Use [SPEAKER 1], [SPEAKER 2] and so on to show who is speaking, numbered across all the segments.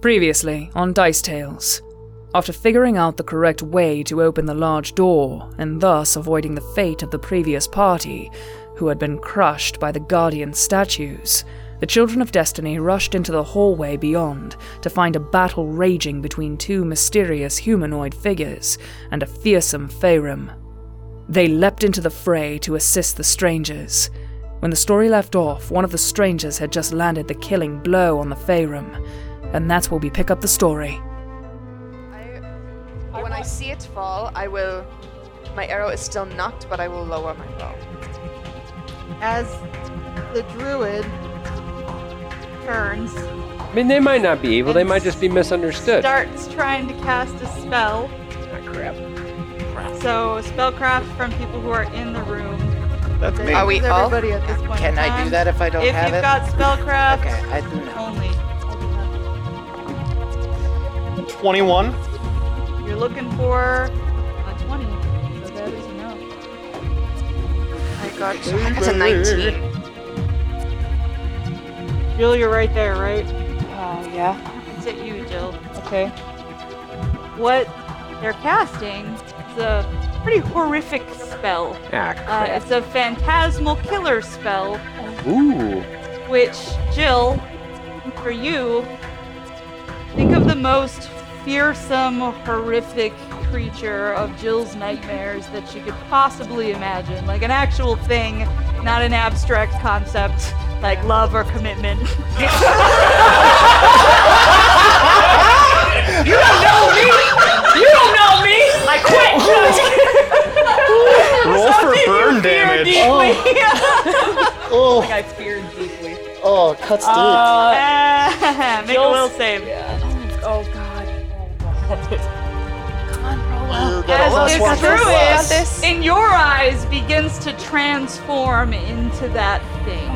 [SPEAKER 1] Previously, on Dice Tales, after figuring out the correct way to open the large door and thus avoiding the fate of the previous party, who had been crushed by the Guardian statues, the Children of Destiny rushed into the hallway beyond to find a battle raging between two mysterious humanoid figures and a fearsome Faerun. They leapt into the fray to assist the strangers. When the story left off, one of the strangers had just landed the killing blow on the Faerun, and that's where we pick up the story.
[SPEAKER 2] I, when I see it fall, I will. My arrow is still knocked, but I will lower my bow.
[SPEAKER 3] as the druid turns,
[SPEAKER 4] I mean, they might not be evil. They might just be misunderstood.
[SPEAKER 3] starts trying to cast a spell. So spellcraft from people who are in the room.
[SPEAKER 5] That's
[SPEAKER 3] This
[SPEAKER 5] me.
[SPEAKER 2] Are we
[SPEAKER 3] is
[SPEAKER 2] all-
[SPEAKER 3] everybody at this point
[SPEAKER 6] Can
[SPEAKER 3] in
[SPEAKER 6] I do
[SPEAKER 3] time.
[SPEAKER 6] that if I don't
[SPEAKER 3] if
[SPEAKER 6] have
[SPEAKER 3] you've
[SPEAKER 6] it?
[SPEAKER 3] got spellcraft
[SPEAKER 6] Okay, I do know.
[SPEAKER 3] only.
[SPEAKER 5] 21.
[SPEAKER 3] You're looking for a 20. So that is a no.
[SPEAKER 2] I got. I got a 19.
[SPEAKER 3] Jill, you're right there, right?
[SPEAKER 2] Oh yeah.
[SPEAKER 3] Uh, It's at you, Jill. Okay. What they're casting is a pretty horrific spell.
[SPEAKER 4] Ah,
[SPEAKER 3] Uh,
[SPEAKER 4] crap.
[SPEAKER 3] it's a phantasmal killer spell,
[SPEAKER 4] Ooh.
[SPEAKER 3] which, Jill, for you, think of the most fearsome, horrific creature of Jill's nightmares that you could possibly imagine. Like an actual thing, not an abstract concept like love or commitment.
[SPEAKER 5] Roll for burn damage. Oh. I feared deeply. Oh, cuts deep.
[SPEAKER 3] Uh, Make a will save.
[SPEAKER 5] You got a
[SPEAKER 3] As
[SPEAKER 5] plus one
[SPEAKER 3] this
[SPEAKER 5] for a
[SPEAKER 3] druid,
[SPEAKER 5] plus.
[SPEAKER 3] in your eyes, begins to transform into that thing.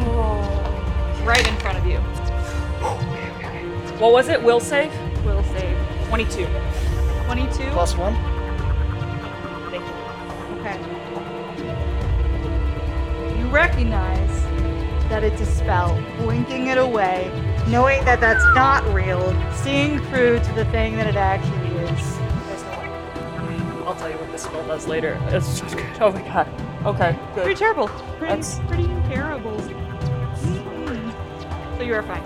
[SPEAKER 3] Right in front of you.
[SPEAKER 7] What was it? Will save?
[SPEAKER 3] Will save.
[SPEAKER 7] 22.
[SPEAKER 3] 22?
[SPEAKER 6] Plus one.
[SPEAKER 3] Okay. You recognize that it's a spell, blinking it away, knowing that that's not real, seeing through to the thing that it actually is.
[SPEAKER 7] I'll tell you what this spell does later. It's just good. Oh my god. Okay,
[SPEAKER 3] Pretty
[SPEAKER 7] good.
[SPEAKER 3] terrible. Pretty,
[SPEAKER 7] That's-
[SPEAKER 3] pretty terrible. Mm. So you are fine.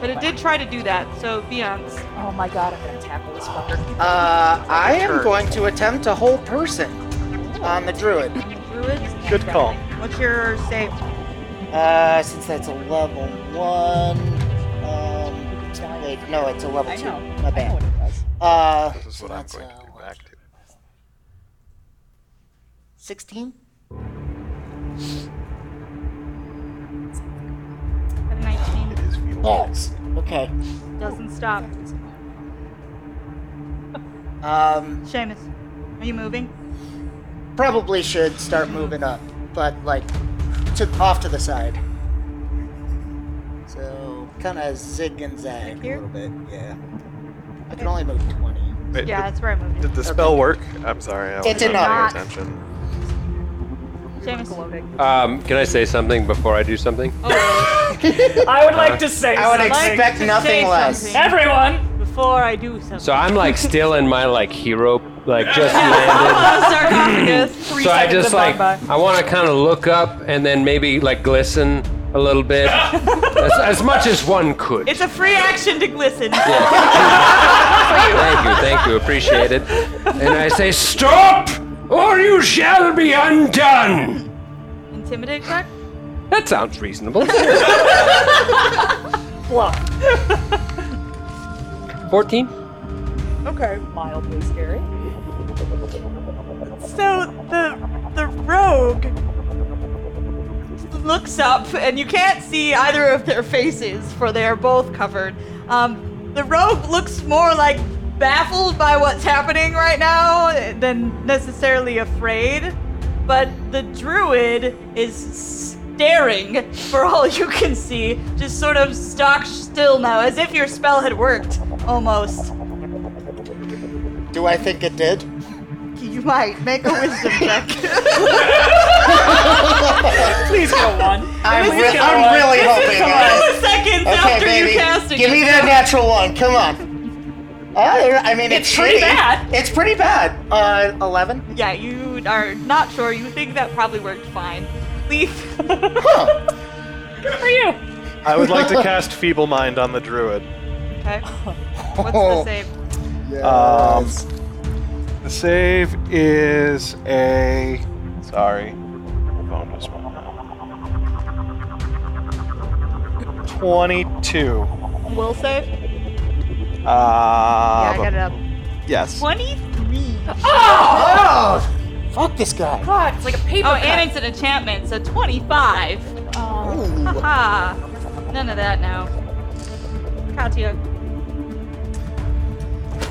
[SPEAKER 3] But it did try to do that, so Beyonce.
[SPEAKER 7] Oh my god, I'm gonna tackle this fucker.
[SPEAKER 6] Uh, I am going to attempt a whole person on the druid.
[SPEAKER 3] Druids?
[SPEAKER 5] Good call.
[SPEAKER 3] What's your save?
[SPEAKER 6] Uh, since that's a level one. Um, wait, no, it's a level two. My bad. Uh,
[SPEAKER 5] This is what I'm going to do back to.
[SPEAKER 6] sixteen.
[SPEAKER 3] A 19
[SPEAKER 5] It is fuel.
[SPEAKER 6] Yes. Okay.
[SPEAKER 3] doesn't stop.
[SPEAKER 6] Um,
[SPEAKER 3] Seamus, are you moving?
[SPEAKER 6] probably should start moving up, but like, to off to the side. So kind of zig and zag
[SPEAKER 3] Here?
[SPEAKER 6] a little bit. Yeah. I can only move twenty.
[SPEAKER 5] Wait,
[SPEAKER 3] Yeah,
[SPEAKER 5] did,
[SPEAKER 3] that's where I moved.
[SPEAKER 5] did the spell work? I'm sorry. I
[SPEAKER 6] It did
[SPEAKER 5] wasn't paying
[SPEAKER 3] not.
[SPEAKER 5] Attention.
[SPEAKER 3] Seamus.
[SPEAKER 4] Um, can I say something before I do something?
[SPEAKER 7] I would like to say
[SPEAKER 6] I would
[SPEAKER 7] something.
[SPEAKER 6] expect
[SPEAKER 3] to say
[SPEAKER 6] nothing less.
[SPEAKER 3] something.
[SPEAKER 7] Everyone!
[SPEAKER 3] Before I do something.
[SPEAKER 4] So I'm like still in my like hero, like just landed.
[SPEAKER 3] sarcophagus.
[SPEAKER 4] So I just like
[SPEAKER 7] bye-bye.
[SPEAKER 4] I want to kind of look up and then maybe like glisten a little bit, as, as much as one could.
[SPEAKER 3] It's a free action to glisten.
[SPEAKER 4] Thank you, thank you, appreciate it. And I say, stop, or you shall be undone.
[SPEAKER 3] Intimidate check?
[SPEAKER 4] That sounds reasonable.
[SPEAKER 7] Bluff.
[SPEAKER 4] Fourteen.
[SPEAKER 7] Okay, mildly scary.
[SPEAKER 3] So the the rogue looks up, and you can't see either of their faces, for they are both covered. Um, the rogue looks more like baffled by what's happening right now than necessarily afraid. But the druid is staring, for all you can see, just sort of stock still now, as if your spell had worked, almost.
[SPEAKER 6] Do I think it did?
[SPEAKER 3] You might make a wisdom check.
[SPEAKER 7] Please go one.
[SPEAKER 6] I'm, re-
[SPEAKER 7] going.
[SPEAKER 6] I'm really hoping.
[SPEAKER 3] Couple
[SPEAKER 6] I-
[SPEAKER 3] seconds
[SPEAKER 6] Okay,
[SPEAKER 3] after you
[SPEAKER 6] baby.
[SPEAKER 3] cast it,
[SPEAKER 6] Give me that natural one. Come on. Uh, I mean, it's,
[SPEAKER 7] It's pretty
[SPEAKER 6] shitty.
[SPEAKER 7] bad.
[SPEAKER 6] It's pretty bad. Uh, eleven.
[SPEAKER 3] Yeah, you are not sure. You think that probably worked fine. Leaf.
[SPEAKER 7] How are you?
[SPEAKER 5] I would like to cast Feeble Mind on the druid.
[SPEAKER 3] Okay. What's the save?
[SPEAKER 6] Uh,
[SPEAKER 5] Um, the save is a. Sorry. Bonus one. 22.
[SPEAKER 3] Will save?
[SPEAKER 5] Uh,
[SPEAKER 2] I got
[SPEAKER 5] yeah,
[SPEAKER 2] it up.
[SPEAKER 5] yes.
[SPEAKER 3] 23.
[SPEAKER 6] Fuck this guy.
[SPEAKER 7] God, it's like a paper
[SPEAKER 3] Oh,
[SPEAKER 7] cut.
[SPEAKER 3] and it's an enchantment, so 25.
[SPEAKER 6] Ooh.
[SPEAKER 3] Ha! None of that now. Katya.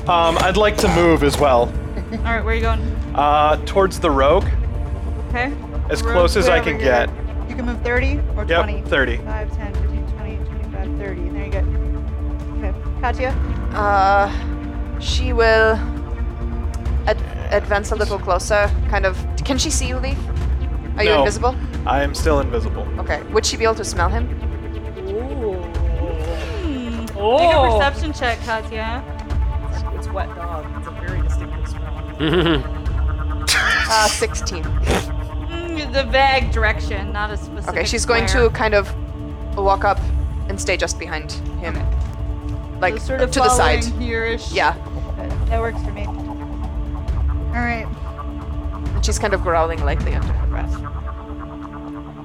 [SPEAKER 5] Um, I'd like to move as well.
[SPEAKER 3] Alright, where are you going?
[SPEAKER 5] Uh, towards the rogue,
[SPEAKER 3] Okay.
[SPEAKER 5] as
[SPEAKER 3] Rogue,
[SPEAKER 5] close as I
[SPEAKER 3] wherever
[SPEAKER 5] can
[SPEAKER 3] you're-
[SPEAKER 5] get.
[SPEAKER 3] You can move 30 or
[SPEAKER 5] Yep,
[SPEAKER 3] 20.
[SPEAKER 5] 30.
[SPEAKER 3] 5, 10, 15, 20, 25, 30. There you go. Okay. Katya?
[SPEAKER 2] Uh, she will ad- advance a little closer. Kind of. Can she see you, Leaf? Are you
[SPEAKER 5] No.
[SPEAKER 2] invisible?
[SPEAKER 5] I am still invisible.
[SPEAKER 2] Okay. Would she be able to smell him?
[SPEAKER 3] Make a
[SPEAKER 7] oh,
[SPEAKER 3] perception check, Katya.
[SPEAKER 7] it's wet dog. It's a very distinctive smell.
[SPEAKER 2] Uh, 16.
[SPEAKER 3] Mm, the vague direction, not a specific.
[SPEAKER 2] Okay, she's going
[SPEAKER 3] square.
[SPEAKER 2] to kind of walk up and stay just behind him. Like,
[SPEAKER 3] So sort of
[SPEAKER 2] to the side.
[SPEAKER 3] following Here-ish.
[SPEAKER 2] Yeah.
[SPEAKER 3] That works for me. All right.
[SPEAKER 2] And she's kind of growling lightly under her breath.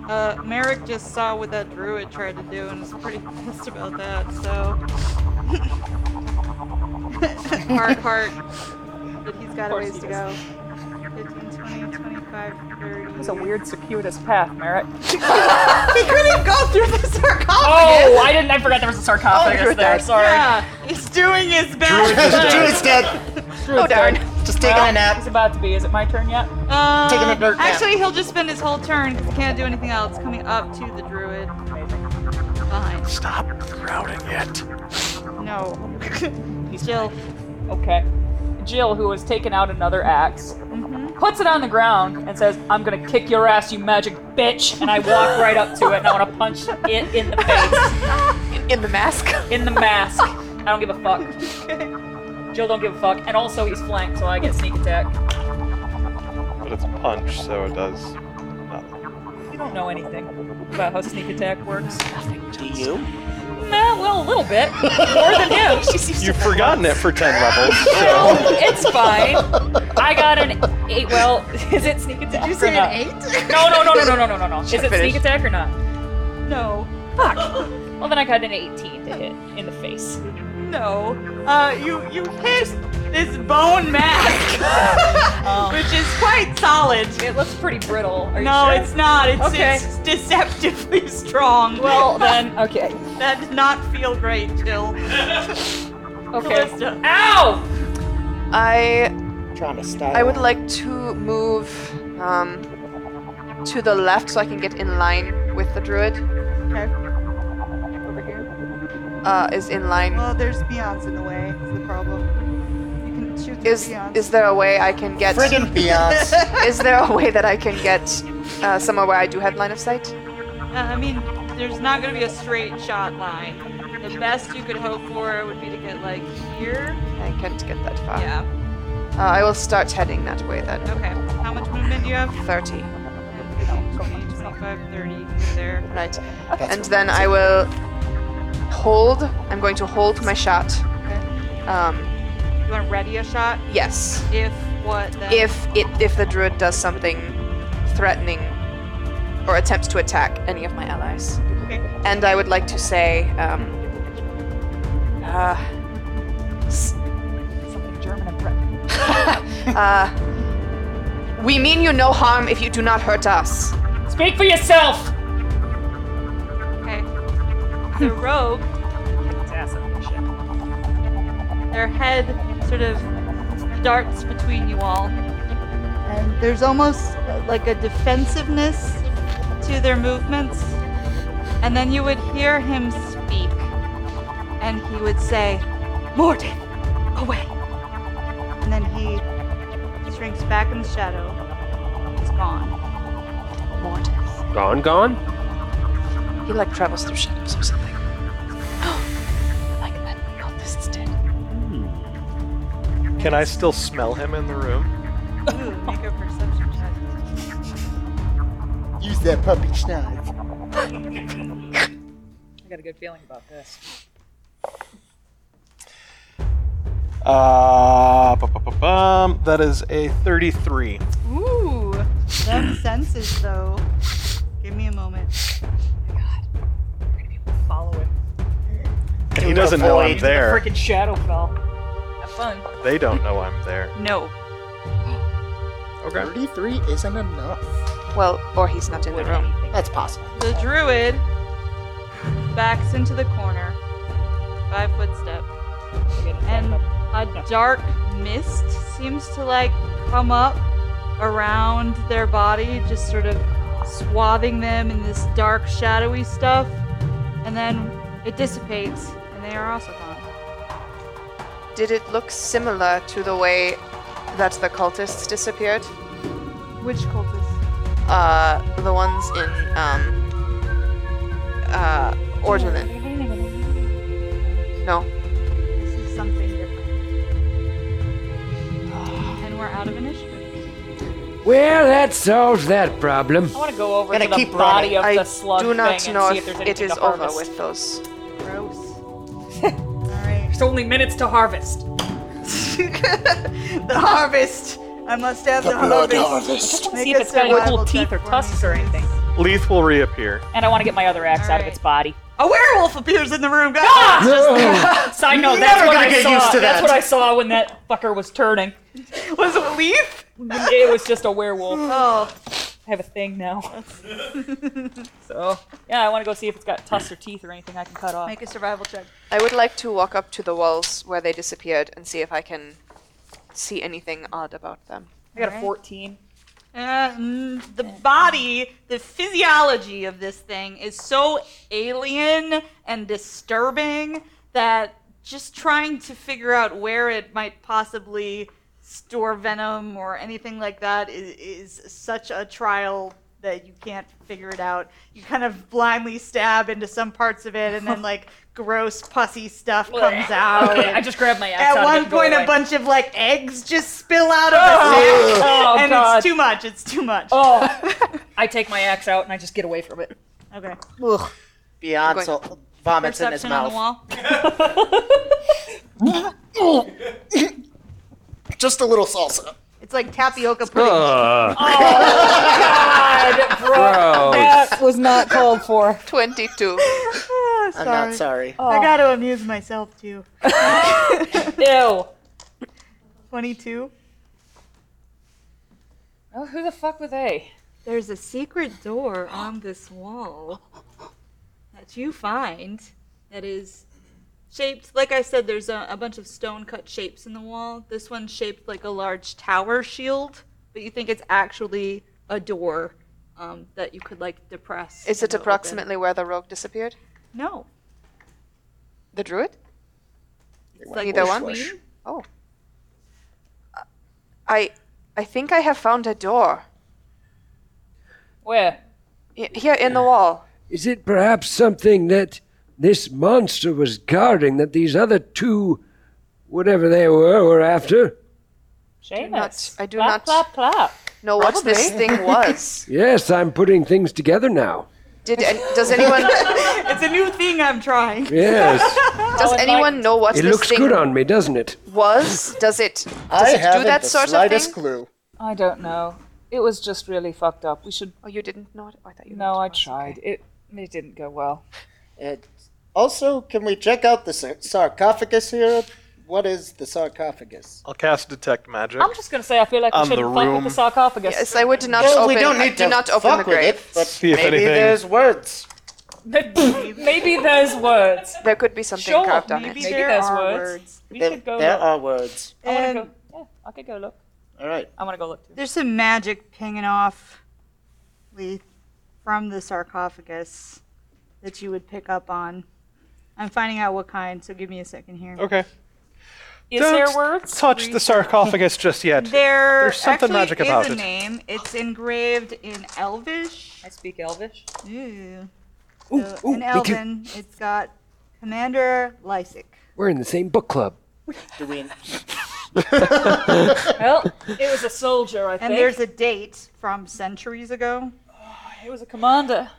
[SPEAKER 3] Uh, Merrick just saw what that druid tried to do and was pretty pissed about that, so. heart, heart. But he's got a
[SPEAKER 7] course
[SPEAKER 3] ways
[SPEAKER 7] he
[SPEAKER 3] to go. 15, 20, 25, 30.
[SPEAKER 7] It's a weird, circuitous path, Merrick.
[SPEAKER 3] He couldn't go through the sarcophagus!
[SPEAKER 7] Oh, I didn't. I forgot there was a sarcophagus
[SPEAKER 2] you're
[SPEAKER 7] there.
[SPEAKER 2] dead.
[SPEAKER 7] Sorry.
[SPEAKER 3] Yeah, he's doing his
[SPEAKER 5] Druid
[SPEAKER 3] best.
[SPEAKER 5] just
[SPEAKER 6] The druid's dead.
[SPEAKER 2] Oh, darn.
[SPEAKER 6] Just taking a
[SPEAKER 7] It's
[SPEAKER 6] nap.
[SPEAKER 7] about to be. Is it my turn yet?
[SPEAKER 3] Um,
[SPEAKER 6] Taking a dirt nap.
[SPEAKER 3] Actually, he'll just spend his whole turn because he can't do anything else. Coming up to the druid. Fine.
[SPEAKER 5] Stop crowding it.
[SPEAKER 3] No. Jill.
[SPEAKER 7] Okay. Jill, who has taken out another axe, puts it on the ground and says, "I'm gonna kick your ass, you magic bitch!" And I walk right up to it and I want to punch it in the face,
[SPEAKER 2] In the mask?
[SPEAKER 7] in the mask. I don't give a fuck. Jill don't give a fuck. And also, he's flanked, so I get sneak attack.
[SPEAKER 5] But it's a punch, so it does nothing.
[SPEAKER 7] You don't know anything about how sneak attack works.
[SPEAKER 6] Do you?
[SPEAKER 7] No, well, a little bit more than him.
[SPEAKER 5] You've forgotten it for 10 levels, so.
[SPEAKER 7] It's fine. I got an eight. Well, is it sneak attack? Did you say an eight? No, no, no, no, no, no, no, no, no. Is it sneak attack or not?
[SPEAKER 3] No.
[SPEAKER 7] Well, then I got an 18 to hit in the face.
[SPEAKER 3] No. Uh, you you hit this bone mask,
[SPEAKER 7] Oh.
[SPEAKER 3] which is quite solid.
[SPEAKER 7] It looks pretty brittle. Are you
[SPEAKER 3] no,
[SPEAKER 7] sure?
[SPEAKER 3] it's not. It's,
[SPEAKER 7] Okay.
[SPEAKER 3] it's deceptively strong.
[SPEAKER 7] Well, then, okay.
[SPEAKER 3] that did not feel great, Jill.
[SPEAKER 7] Okay.
[SPEAKER 3] Callista.
[SPEAKER 7] Ow!
[SPEAKER 2] I
[SPEAKER 6] Trying to stop.
[SPEAKER 2] I would like to move um, to the left so I can get in line with the druid.
[SPEAKER 3] Okay.
[SPEAKER 2] Uh, is in line.
[SPEAKER 3] Well, there's Beyonce in the way. Is the problem? You can shoot through
[SPEAKER 2] Is is there a way I can get?
[SPEAKER 6] Friggin' Beyonce.
[SPEAKER 2] Is there a way that I can get uh, somewhere where I do have line of sight?
[SPEAKER 3] Uh, I mean, there's not gonna be a straight shot line. The best you could hope for would be to get like here.
[SPEAKER 2] I can't get that far.
[SPEAKER 3] Yeah.
[SPEAKER 2] Uh, I will start heading that way then.
[SPEAKER 3] Okay. How much movement do you have?
[SPEAKER 2] Thirty.
[SPEAKER 3] 15, 20, 25, 30. There.
[SPEAKER 2] Right. And then I will hold. I'm going to hold my shot. Um,
[SPEAKER 3] You want to ready a shot?
[SPEAKER 2] yes.
[SPEAKER 3] If what? Then?
[SPEAKER 2] if it if the druid does something threatening or attempts to attack any of my allies.
[SPEAKER 3] Okay.
[SPEAKER 2] And I would like to say, um, uh, s-
[SPEAKER 7] Something German and Brit-
[SPEAKER 2] uh, we mean you no harm if you do not hurt us.
[SPEAKER 7] Speak for yourself!
[SPEAKER 3] Okay. The rogue,
[SPEAKER 7] It's acid. Shit.
[SPEAKER 3] their head sort of darts between you all, and there's almost uh, like a defensiveness to their movements. And then you would hear him speak, and he would say, "Morden, away!" And then he shrinks back in the shadow. He's gone.
[SPEAKER 4] Gone, gone?
[SPEAKER 2] He like travels through shadows or something.
[SPEAKER 5] Can I still smell him in the room?
[SPEAKER 3] Ooh, make a perception check.
[SPEAKER 6] Use that puppy schnoz.
[SPEAKER 7] I got a good feeling about this.
[SPEAKER 5] Uh, bu- bu- bu- bum. that is a 33.
[SPEAKER 3] Ooh, them senses though. Give me a moment.
[SPEAKER 7] We're gonna be able to follow him.
[SPEAKER 5] He doesn't know I'm
[SPEAKER 6] avoid
[SPEAKER 5] there.
[SPEAKER 7] Freaking Shadowfell. Have fun.
[SPEAKER 5] They don't know I'm there.
[SPEAKER 3] No.
[SPEAKER 5] Okay.
[SPEAKER 6] 33 isn't enough.
[SPEAKER 2] Well, or he's not in the room.
[SPEAKER 6] That's possible.
[SPEAKER 3] The druid backs into the corner, five footstep, and a dark mist seems to like come up around their body, just sort of swathing them in this dark, shadowy stuff, and then it dissipates, and they are also gone.
[SPEAKER 2] Did it look similar to the way that the cultists disappeared?
[SPEAKER 3] Which cultist?
[SPEAKER 2] Uh, the ones in um, uh, Ordolin. No,
[SPEAKER 3] This is something different. And we're out of initiative.
[SPEAKER 4] Well, that solves that problem.
[SPEAKER 7] I want to go over
[SPEAKER 6] Gotta
[SPEAKER 7] to the
[SPEAKER 6] keep
[SPEAKER 7] body
[SPEAKER 6] running.
[SPEAKER 7] of
[SPEAKER 2] I
[SPEAKER 7] the slug
[SPEAKER 2] do not
[SPEAKER 7] thing
[SPEAKER 2] know
[SPEAKER 7] and see
[SPEAKER 2] if
[SPEAKER 7] if, there's
[SPEAKER 2] it
[SPEAKER 7] anything
[SPEAKER 2] is
[SPEAKER 7] to
[SPEAKER 2] over
[SPEAKER 7] harvest.
[SPEAKER 2] with those.
[SPEAKER 3] Gross. All right.
[SPEAKER 7] It's only minutes to harvest.
[SPEAKER 3] the harvest. I must have the, harvest.
[SPEAKER 7] See if
[SPEAKER 3] a
[SPEAKER 7] it's got any cool
[SPEAKER 3] survival
[SPEAKER 7] teeth
[SPEAKER 3] check
[SPEAKER 7] or
[SPEAKER 3] for
[SPEAKER 7] tusks
[SPEAKER 3] me,
[SPEAKER 7] or
[SPEAKER 3] please.
[SPEAKER 7] anything.
[SPEAKER 5] Leith will reappear.
[SPEAKER 7] And I want to get my other axe out of
[SPEAKER 3] Alright.
[SPEAKER 7] its body.
[SPEAKER 3] A werewolf appears in the room, guys.
[SPEAKER 7] Ah! Side note,
[SPEAKER 6] You're
[SPEAKER 7] that's
[SPEAKER 6] never
[SPEAKER 7] what
[SPEAKER 6] gonna
[SPEAKER 7] I
[SPEAKER 6] get
[SPEAKER 7] saw.
[SPEAKER 6] used to
[SPEAKER 7] That's
[SPEAKER 6] that.
[SPEAKER 7] what I saw when that fucker was turning.
[SPEAKER 3] Was it Leaf?
[SPEAKER 7] It was just a werewolf.
[SPEAKER 3] Oh,
[SPEAKER 7] I have a thing now. so yeah, I want to go see if it's got tusks or teeth or anything I can cut off.
[SPEAKER 3] make a survival check.
[SPEAKER 2] I would like to walk up to the walls where they disappeared and see if I can see anything odd about them.
[SPEAKER 7] I got a
[SPEAKER 3] Alright.
[SPEAKER 7] 14.
[SPEAKER 3] Uh, mm, the body, the physiology of this thing is so alien and disturbing that just trying to figure out where it might possibly store venom or anything like that is, is such a trial that you can't figure it out. You kind of blindly stab into some parts of it, and then like gross pussy stuff comes
[SPEAKER 6] Oh,
[SPEAKER 3] out.
[SPEAKER 7] Okay,
[SPEAKER 3] and-
[SPEAKER 7] I just grabbed my axe.
[SPEAKER 3] at
[SPEAKER 7] out of it
[SPEAKER 3] one
[SPEAKER 7] and go
[SPEAKER 3] point, a
[SPEAKER 7] away.
[SPEAKER 3] bunch of like eggs just spill out of his neck,
[SPEAKER 7] Oh,
[SPEAKER 3] and
[SPEAKER 7] God.
[SPEAKER 3] it's too much. It's too much.
[SPEAKER 7] Oh, I take my axe out and I just get away from it.
[SPEAKER 3] Okay.
[SPEAKER 6] Ugh. Beyond so, vomits in his
[SPEAKER 3] Perception on the
[SPEAKER 6] mouth.
[SPEAKER 3] wall.
[SPEAKER 6] Just a little salsa.
[SPEAKER 3] It's like tapioca pudding.
[SPEAKER 8] Oh,
[SPEAKER 7] God, bro. That was not called for.
[SPEAKER 2] 22.
[SPEAKER 3] Ah,
[SPEAKER 6] I'm
[SPEAKER 3] sorry.
[SPEAKER 6] not sorry.
[SPEAKER 3] I got to amuse myself too.
[SPEAKER 7] Ew.
[SPEAKER 3] Twenty-two.
[SPEAKER 7] Oh, who the fuck were they?
[SPEAKER 3] There's a secret door on this wall that you find that is shaped like I said. There's a, a bunch of stone-cut shapes in the wall. This one's shaped like a large tower shield, but you think it's actually a door um, that you could like depress.
[SPEAKER 2] Is
[SPEAKER 3] and
[SPEAKER 2] it
[SPEAKER 3] open.
[SPEAKER 2] approximately where the rogue disappeared?
[SPEAKER 3] No.
[SPEAKER 2] The druid?
[SPEAKER 3] It's like
[SPEAKER 2] Either one?
[SPEAKER 3] between.
[SPEAKER 2] Oh. I I think I have found a door.
[SPEAKER 7] Where?
[SPEAKER 2] Y- Here in the wall.
[SPEAKER 8] Is it perhaps something that this monster was guarding that these other two, whatever they were, were after?
[SPEAKER 7] Seamus.
[SPEAKER 2] not- I do
[SPEAKER 7] clap,
[SPEAKER 2] not-
[SPEAKER 7] Clap, clap.
[SPEAKER 2] No, what this thing was.
[SPEAKER 8] Yes, I'm putting things together now.
[SPEAKER 2] Did an- does anyone
[SPEAKER 3] It's a new thing I'm trying.
[SPEAKER 8] Yes.
[SPEAKER 2] does
[SPEAKER 7] would
[SPEAKER 2] anyone
[SPEAKER 7] like-
[SPEAKER 2] know what
[SPEAKER 8] it
[SPEAKER 2] this
[SPEAKER 8] looks
[SPEAKER 2] thing
[SPEAKER 8] good on me, doesn't it?
[SPEAKER 2] was? Does it does
[SPEAKER 6] I
[SPEAKER 2] it
[SPEAKER 6] haven't
[SPEAKER 2] do that
[SPEAKER 6] the
[SPEAKER 2] sort of
[SPEAKER 6] slightest
[SPEAKER 2] thing?
[SPEAKER 6] clue.
[SPEAKER 7] I don't know. It was just really fucked up. We should.
[SPEAKER 2] Oh, you didn't know it? Oh, I thought you knew
[SPEAKER 7] No,
[SPEAKER 2] it
[SPEAKER 7] I
[SPEAKER 2] was.
[SPEAKER 7] tried. It it didn't go well.
[SPEAKER 6] It, also, can we check out the sar- sarcophagus here? What is the sarcophagus?
[SPEAKER 5] I'll cast Detect Magic.
[SPEAKER 7] I'm just gonna say I feel like we
[SPEAKER 5] On the
[SPEAKER 7] shouldn't fuck with
[SPEAKER 5] room.
[SPEAKER 7] the sarcophagus.
[SPEAKER 2] Yes, I would not
[SPEAKER 6] Well,
[SPEAKER 2] open
[SPEAKER 6] we don't
[SPEAKER 2] I
[SPEAKER 6] need
[SPEAKER 2] do
[SPEAKER 6] to
[SPEAKER 2] not open the
[SPEAKER 6] fuck with
[SPEAKER 2] grave.
[SPEAKER 6] it, but
[SPEAKER 5] See if
[SPEAKER 6] maybe
[SPEAKER 5] anything-
[SPEAKER 6] there's words.
[SPEAKER 7] Maybe there's words.
[SPEAKER 2] There could be something
[SPEAKER 7] Sure,
[SPEAKER 2] carved on
[SPEAKER 3] Maybe
[SPEAKER 2] it.
[SPEAKER 7] Maybe
[SPEAKER 3] there
[SPEAKER 7] there's
[SPEAKER 3] are
[SPEAKER 7] words.
[SPEAKER 3] words.
[SPEAKER 7] We
[SPEAKER 6] There,
[SPEAKER 7] should go
[SPEAKER 6] there
[SPEAKER 7] look.
[SPEAKER 6] are words.
[SPEAKER 7] I wanna
[SPEAKER 3] And
[SPEAKER 7] go. Yeah, I could go look.
[SPEAKER 6] All right.
[SPEAKER 7] I wanna go look too.
[SPEAKER 3] there's some magic pinging off Leith from the sarcophagus that you would pick up on. I'm finding out what kind, so give me a second here.
[SPEAKER 5] okay.
[SPEAKER 7] Is
[SPEAKER 5] Don't
[SPEAKER 7] there words?
[SPEAKER 5] touch the sarcophagus just yet.
[SPEAKER 3] There
[SPEAKER 5] There's something
[SPEAKER 3] actually
[SPEAKER 5] magic
[SPEAKER 3] is
[SPEAKER 5] about
[SPEAKER 3] a
[SPEAKER 5] it.
[SPEAKER 3] name. It's engraved in Elvish.
[SPEAKER 7] I speak Elvish.
[SPEAKER 3] Ooh.
[SPEAKER 8] Ooh,
[SPEAKER 3] So
[SPEAKER 8] ooh,
[SPEAKER 3] in
[SPEAKER 8] me too.
[SPEAKER 3] Elven, it's got Commander Lysick.
[SPEAKER 8] We're in the same book club.
[SPEAKER 6] Do we
[SPEAKER 7] Well, it was a soldier, I think.
[SPEAKER 5] And there's a date from centuries ago.
[SPEAKER 7] It was a commander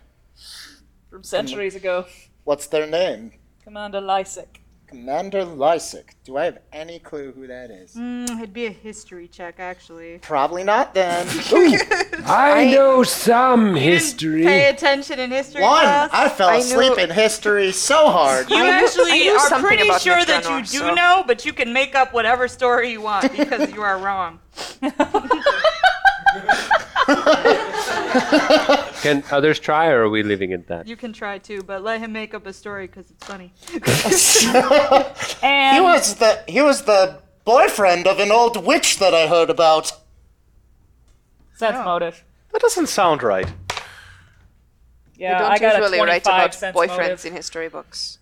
[SPEAKER 7] from centuries ago.
[SPEAKER 6] What's their name?
[SPEAKER 7] Commander Lysick.
[SPEAKER 6] Commander Lysick. Do I have any clue who that is?
[SPEAKER 5] Mm, it'd be a history check, actually.
[SPEAKER 6] Probably not then.
[SPEAKER 8] I know some
[SPEAKER 5] Pay
[SPEAKER 8] history.
[SPEAKER 5] attention in history
[SPEAKER 6] One,
[SPEAKER 5] class.
[SPEAKER 6] I fell
[SPEAKER 2] I
[SPEAKER 6] asleep
[SPEAKER 2] knew-
[SPEAKER 6] in history so hard.
[SPEAKER 5] you
[SPEAKER 2] I knew- I
[SPEAKER 5] actually
[SPEAKER 2] knew
[SPEAKER 5] are
[SPEAKER 2] something
[SPEAKER 5] pretty
[SPEAKER 2] about
[SPEAKER 5] sure
[SPEAKER 2] Nick
[SPEAKER 5] that you
[SPEAKER 2] Dunor,
[SPEAKER 5] do
[SPEAKER 2] so-
[SPEAKER 5] know, but you can make up whatever story you want because you are wrong.
[SPEAKER 4] Can others try, or are we leaving it at that?
[SPEAKER 5] You can try too, but let him make up a story because it's funny.
[SPEAKER 6] He
[SPEAKER 7] And
[SPEAKER 6] was the he was the boyfriend of an old witch that I heard about.
[SPEAKER 7] sense motive.
[SPEAKER 9] That doesn't sound right.
[SPEAKER 7] Yeah,
[SPEAKER 2] Don't
[SPEAKER 7] uh, I got
[SPEAKER 2] usually
[SPEAKER 7] a
[SPEAKER 2] write
[SPEAKER 7] 25
[SPEAKER 2] about
[SPEAKER 7] sense
[SPEAKER 2] boyfriends
[SPEAKER 7] motive.
[SPEAKER 2] in history books.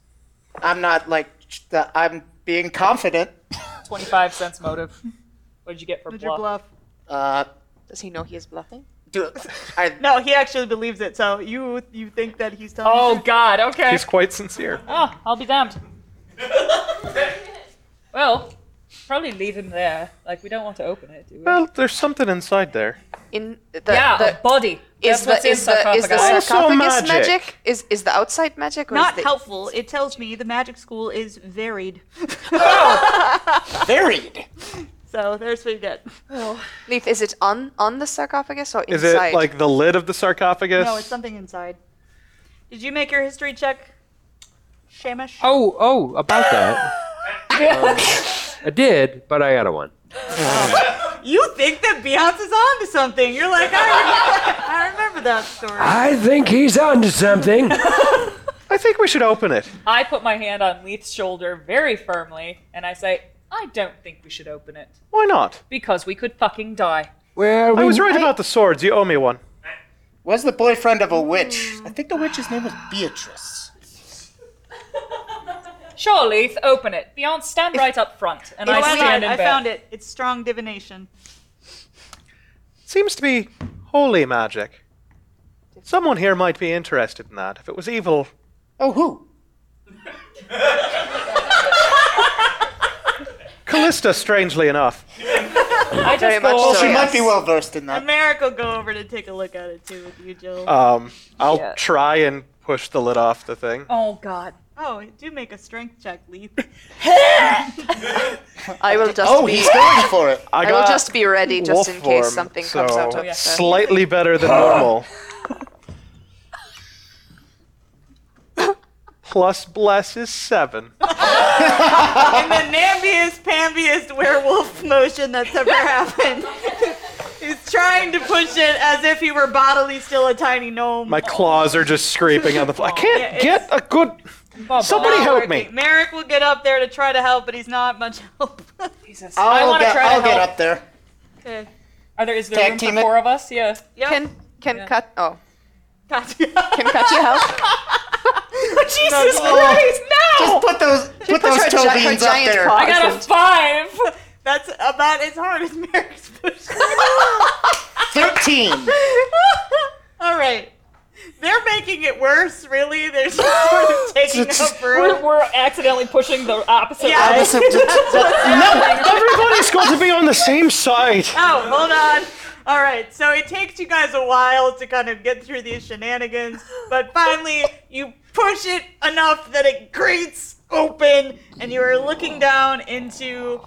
[SPEAKER 6] I'm not like the, I'm being confident.
[SPEAKER 7] 25 sense motive. What did you get for
[SPEAKER 5] What's your
[SPEAKER 7] bluff?
[SPEAKER 5] bluff?
[SPEAKER 6] Uh,
[SPEAKER 2] Does he know he is bluffing?
[SPEAKER 6] do, I,
[SPEAKER 5] No, he actually believes it. So you you think that he's telling?
[SPEAKER 7] Oh
[SPEAKER 5] the truth?
[SPEAKER 7] God. Okay.
[SPEAKER 9] He's quite sincere.
[SPEAKER 7] Oh, I'll be damned. well, probably leave him there. Like we don't want to open it, do we?
[SPEAKER 9] Well, there's something inside there.
[SPEAKER 2] In the,
[SPEAKER 7] yeah,
[SPEAKER 2] the
[SPEAKER 7] a body.
[SPEAKER 2] is
[SPEAKER 7] That's what's
[SPEAKER 2] the
[SPEAKER 7] in
[SPEAKER 2] is the is the
[SPEAKER 7] sarcophagus.
[SPEAKER 9] sarcophagus. Also
[SPEAKER 2] sarcophagus magic.
[SPEAKER 9] magic.
[SPEAKER 2] Is is the outside magic? Or
[SPEAKER 5] not
[SPEAKER 2] is the,
[SPEAKER 5] helpful. It tells me the magic school is varied.
[SPEAKER 6] Oh, varied.
[SPEAKER 5] So there's what you get.
[SPEAKER 2] Oh. Leaf, is it on on the sarcophagus or inside?
[SPEAKER 9] Is it like the lid of the sarcophagus?
[SPEAKER 5] No, it's something inside. Did you make your history check, Shamish?
[SPEAKER 4] Oh, oh, about that. I did, but I got a one.
[SPEAKER 5] You think that Beyonce's on to something. You're like, I, remember- I remember that story.
[SPEAKER 8] I think he's onto something.
[SPEAKER 9] I think we should open it.
[SPEAKER 7] I put my hand on Leith's shoulder very firmly, and I say, "I don't think we should open it
[SPEAKER 9] Why not?
[SPEAKER 7] because we could fucking die."
[SPEAKER 8] Well, we,
[SPEAKER 9] I was right about the swords. You owe me one.
[SPEAKER 6] Was the boyfriend of a witch? I think the witch's name was Beatrice.
[SPEAKER 7] Sure, Leith, open it. Beyond, stand right up front, and
[SPEAKER 5] Oh,
[SPEAKER 7] I
[SPEAKER 5] I, lied.
[SPEAKER 7] stand in
[SPEAKER 5] I
[SPEAKER 7] back.
[SPEAKER 5] found it. It's strong divination.
[SPEAKER 9] Seems to be holy magic. Someone here might be interested in that. If it was evil,
[SPEAKER 6] Oh, who?
[SPEAKER 9] Callista, strangely enough.
[SPEAKER 7] I just
[SPEAKER 2] much
[SPEAKER 7] go
[SPEAKER 2] so.
[SPEAKER 6] Oh, She
[SPEAKER 7] over-
[SPEAKER 6] might be well versed in that.
[SPEAKER 5] Merrick will go over to take a look at it too with you, Jill.
[SPEAKER 9] Um, I'll
[SPEAKER 7] Yeah.
[SPEAKER 9] try and push the lid off the thing.
[SPEAKER 7] Oh God.
[SPEAKER 5] oh, do make a strength check, Leaf.
[SPEAKER 2] I will just
[SPEAKER 6] Oh,
[SPEAKER 2] be.
[SPEAKER 6] he's going for it.
[SPEAKER 9] I
[SPEAKER 2] I will just be ready just in
[SPEAKER 9] wolf
[SPEAKER 2] case
[SPEAKER 9] form,
[SPEAKER 2] something
[SPEAKER 9] so
[SPEAKER 2] comes out of the.
[SPEAKER 9] Slightly better than normal. Plus bless is seven.
[SPEAKER 5] In the nambiest, pambiest werewolf motion that's ever happened. He's trying to push it as if he were bodily still a tiny gnome.
[SPEAKER 9] My claws are just scraping on the floor. I can't
[SPEAKER 5] Yeah,
[SPEAKER 9] get a good.
[SPEAKER 7] "Oh,
[SPEAKER 9] Somebody help me.
[SPEAKER 5] Merrick will get up there to try to help, but he's not much help.
[SPEAKER 7] Jesus. I
[SPEAKER 6] I'll
[SPEAKER 7] want to
[SPEAKER 6] get,
[SPEAKER 7] try to
[SPEAKER 6] I'll
[SPEAKER 7] help.
[SPEAKER 6] get up there.
[SPEAKER 5] okay.
[SPEAKER 7] Are there is there
[SPEAKER 6] Tag
[SPEAKER 7] room
[SPEAKER 6] team
[SPEAKER 7] for
[SPEAKER 6] it.
[SPEAKER 7] four of us? Yeah.
[SPEAKER 5] Yep.
[SPEAKER 2] Can can
[SPEAKER 7] Yeah.
[SPEAKER 2] cut? Oh,
[SPEAKER 5] Katya.
[SPEAKER 2] can Katya help?
[SPEAKER 5] Jesus
[SPEAKER 6] Christ,
[SPEAKER 5] no!
[SPEAKER 6] Just put those put those
[SPEAKER 2] Oh. her
[SPEAKER 6] toe
[SPEAKER 2] gi- her
[SPEAKER 6] beans up
[SPEAKER 2] giant
[SPEAKER 6] there.
[SPEAKER 2] paw.
[SPEAKER 7] I got a five.
[SPEAKER 5] That's about as hard as Merrick's push.
[SPEAKER 6] Thirteen.
[SPEAKER 5] All right. They're making it worse, really. They're just sort of taking up
[SPEAKER 7] We're,
[SPEAKER 5] room.
[SPEAKER 7] we're accidentally pushing the opposite.
[SPEAKER 5] Yeah.
[SPEAKER 7] way.
[SPEAKER 6] Opposite-
[SPEAKER 9] No, everybody's got to be on the same side.
[SPEAKER 5] Oh, hold on. All right, so it takes you guys a while to kind of get through these shenanigans, but finally you push it enough that it grates open, and you are looking down into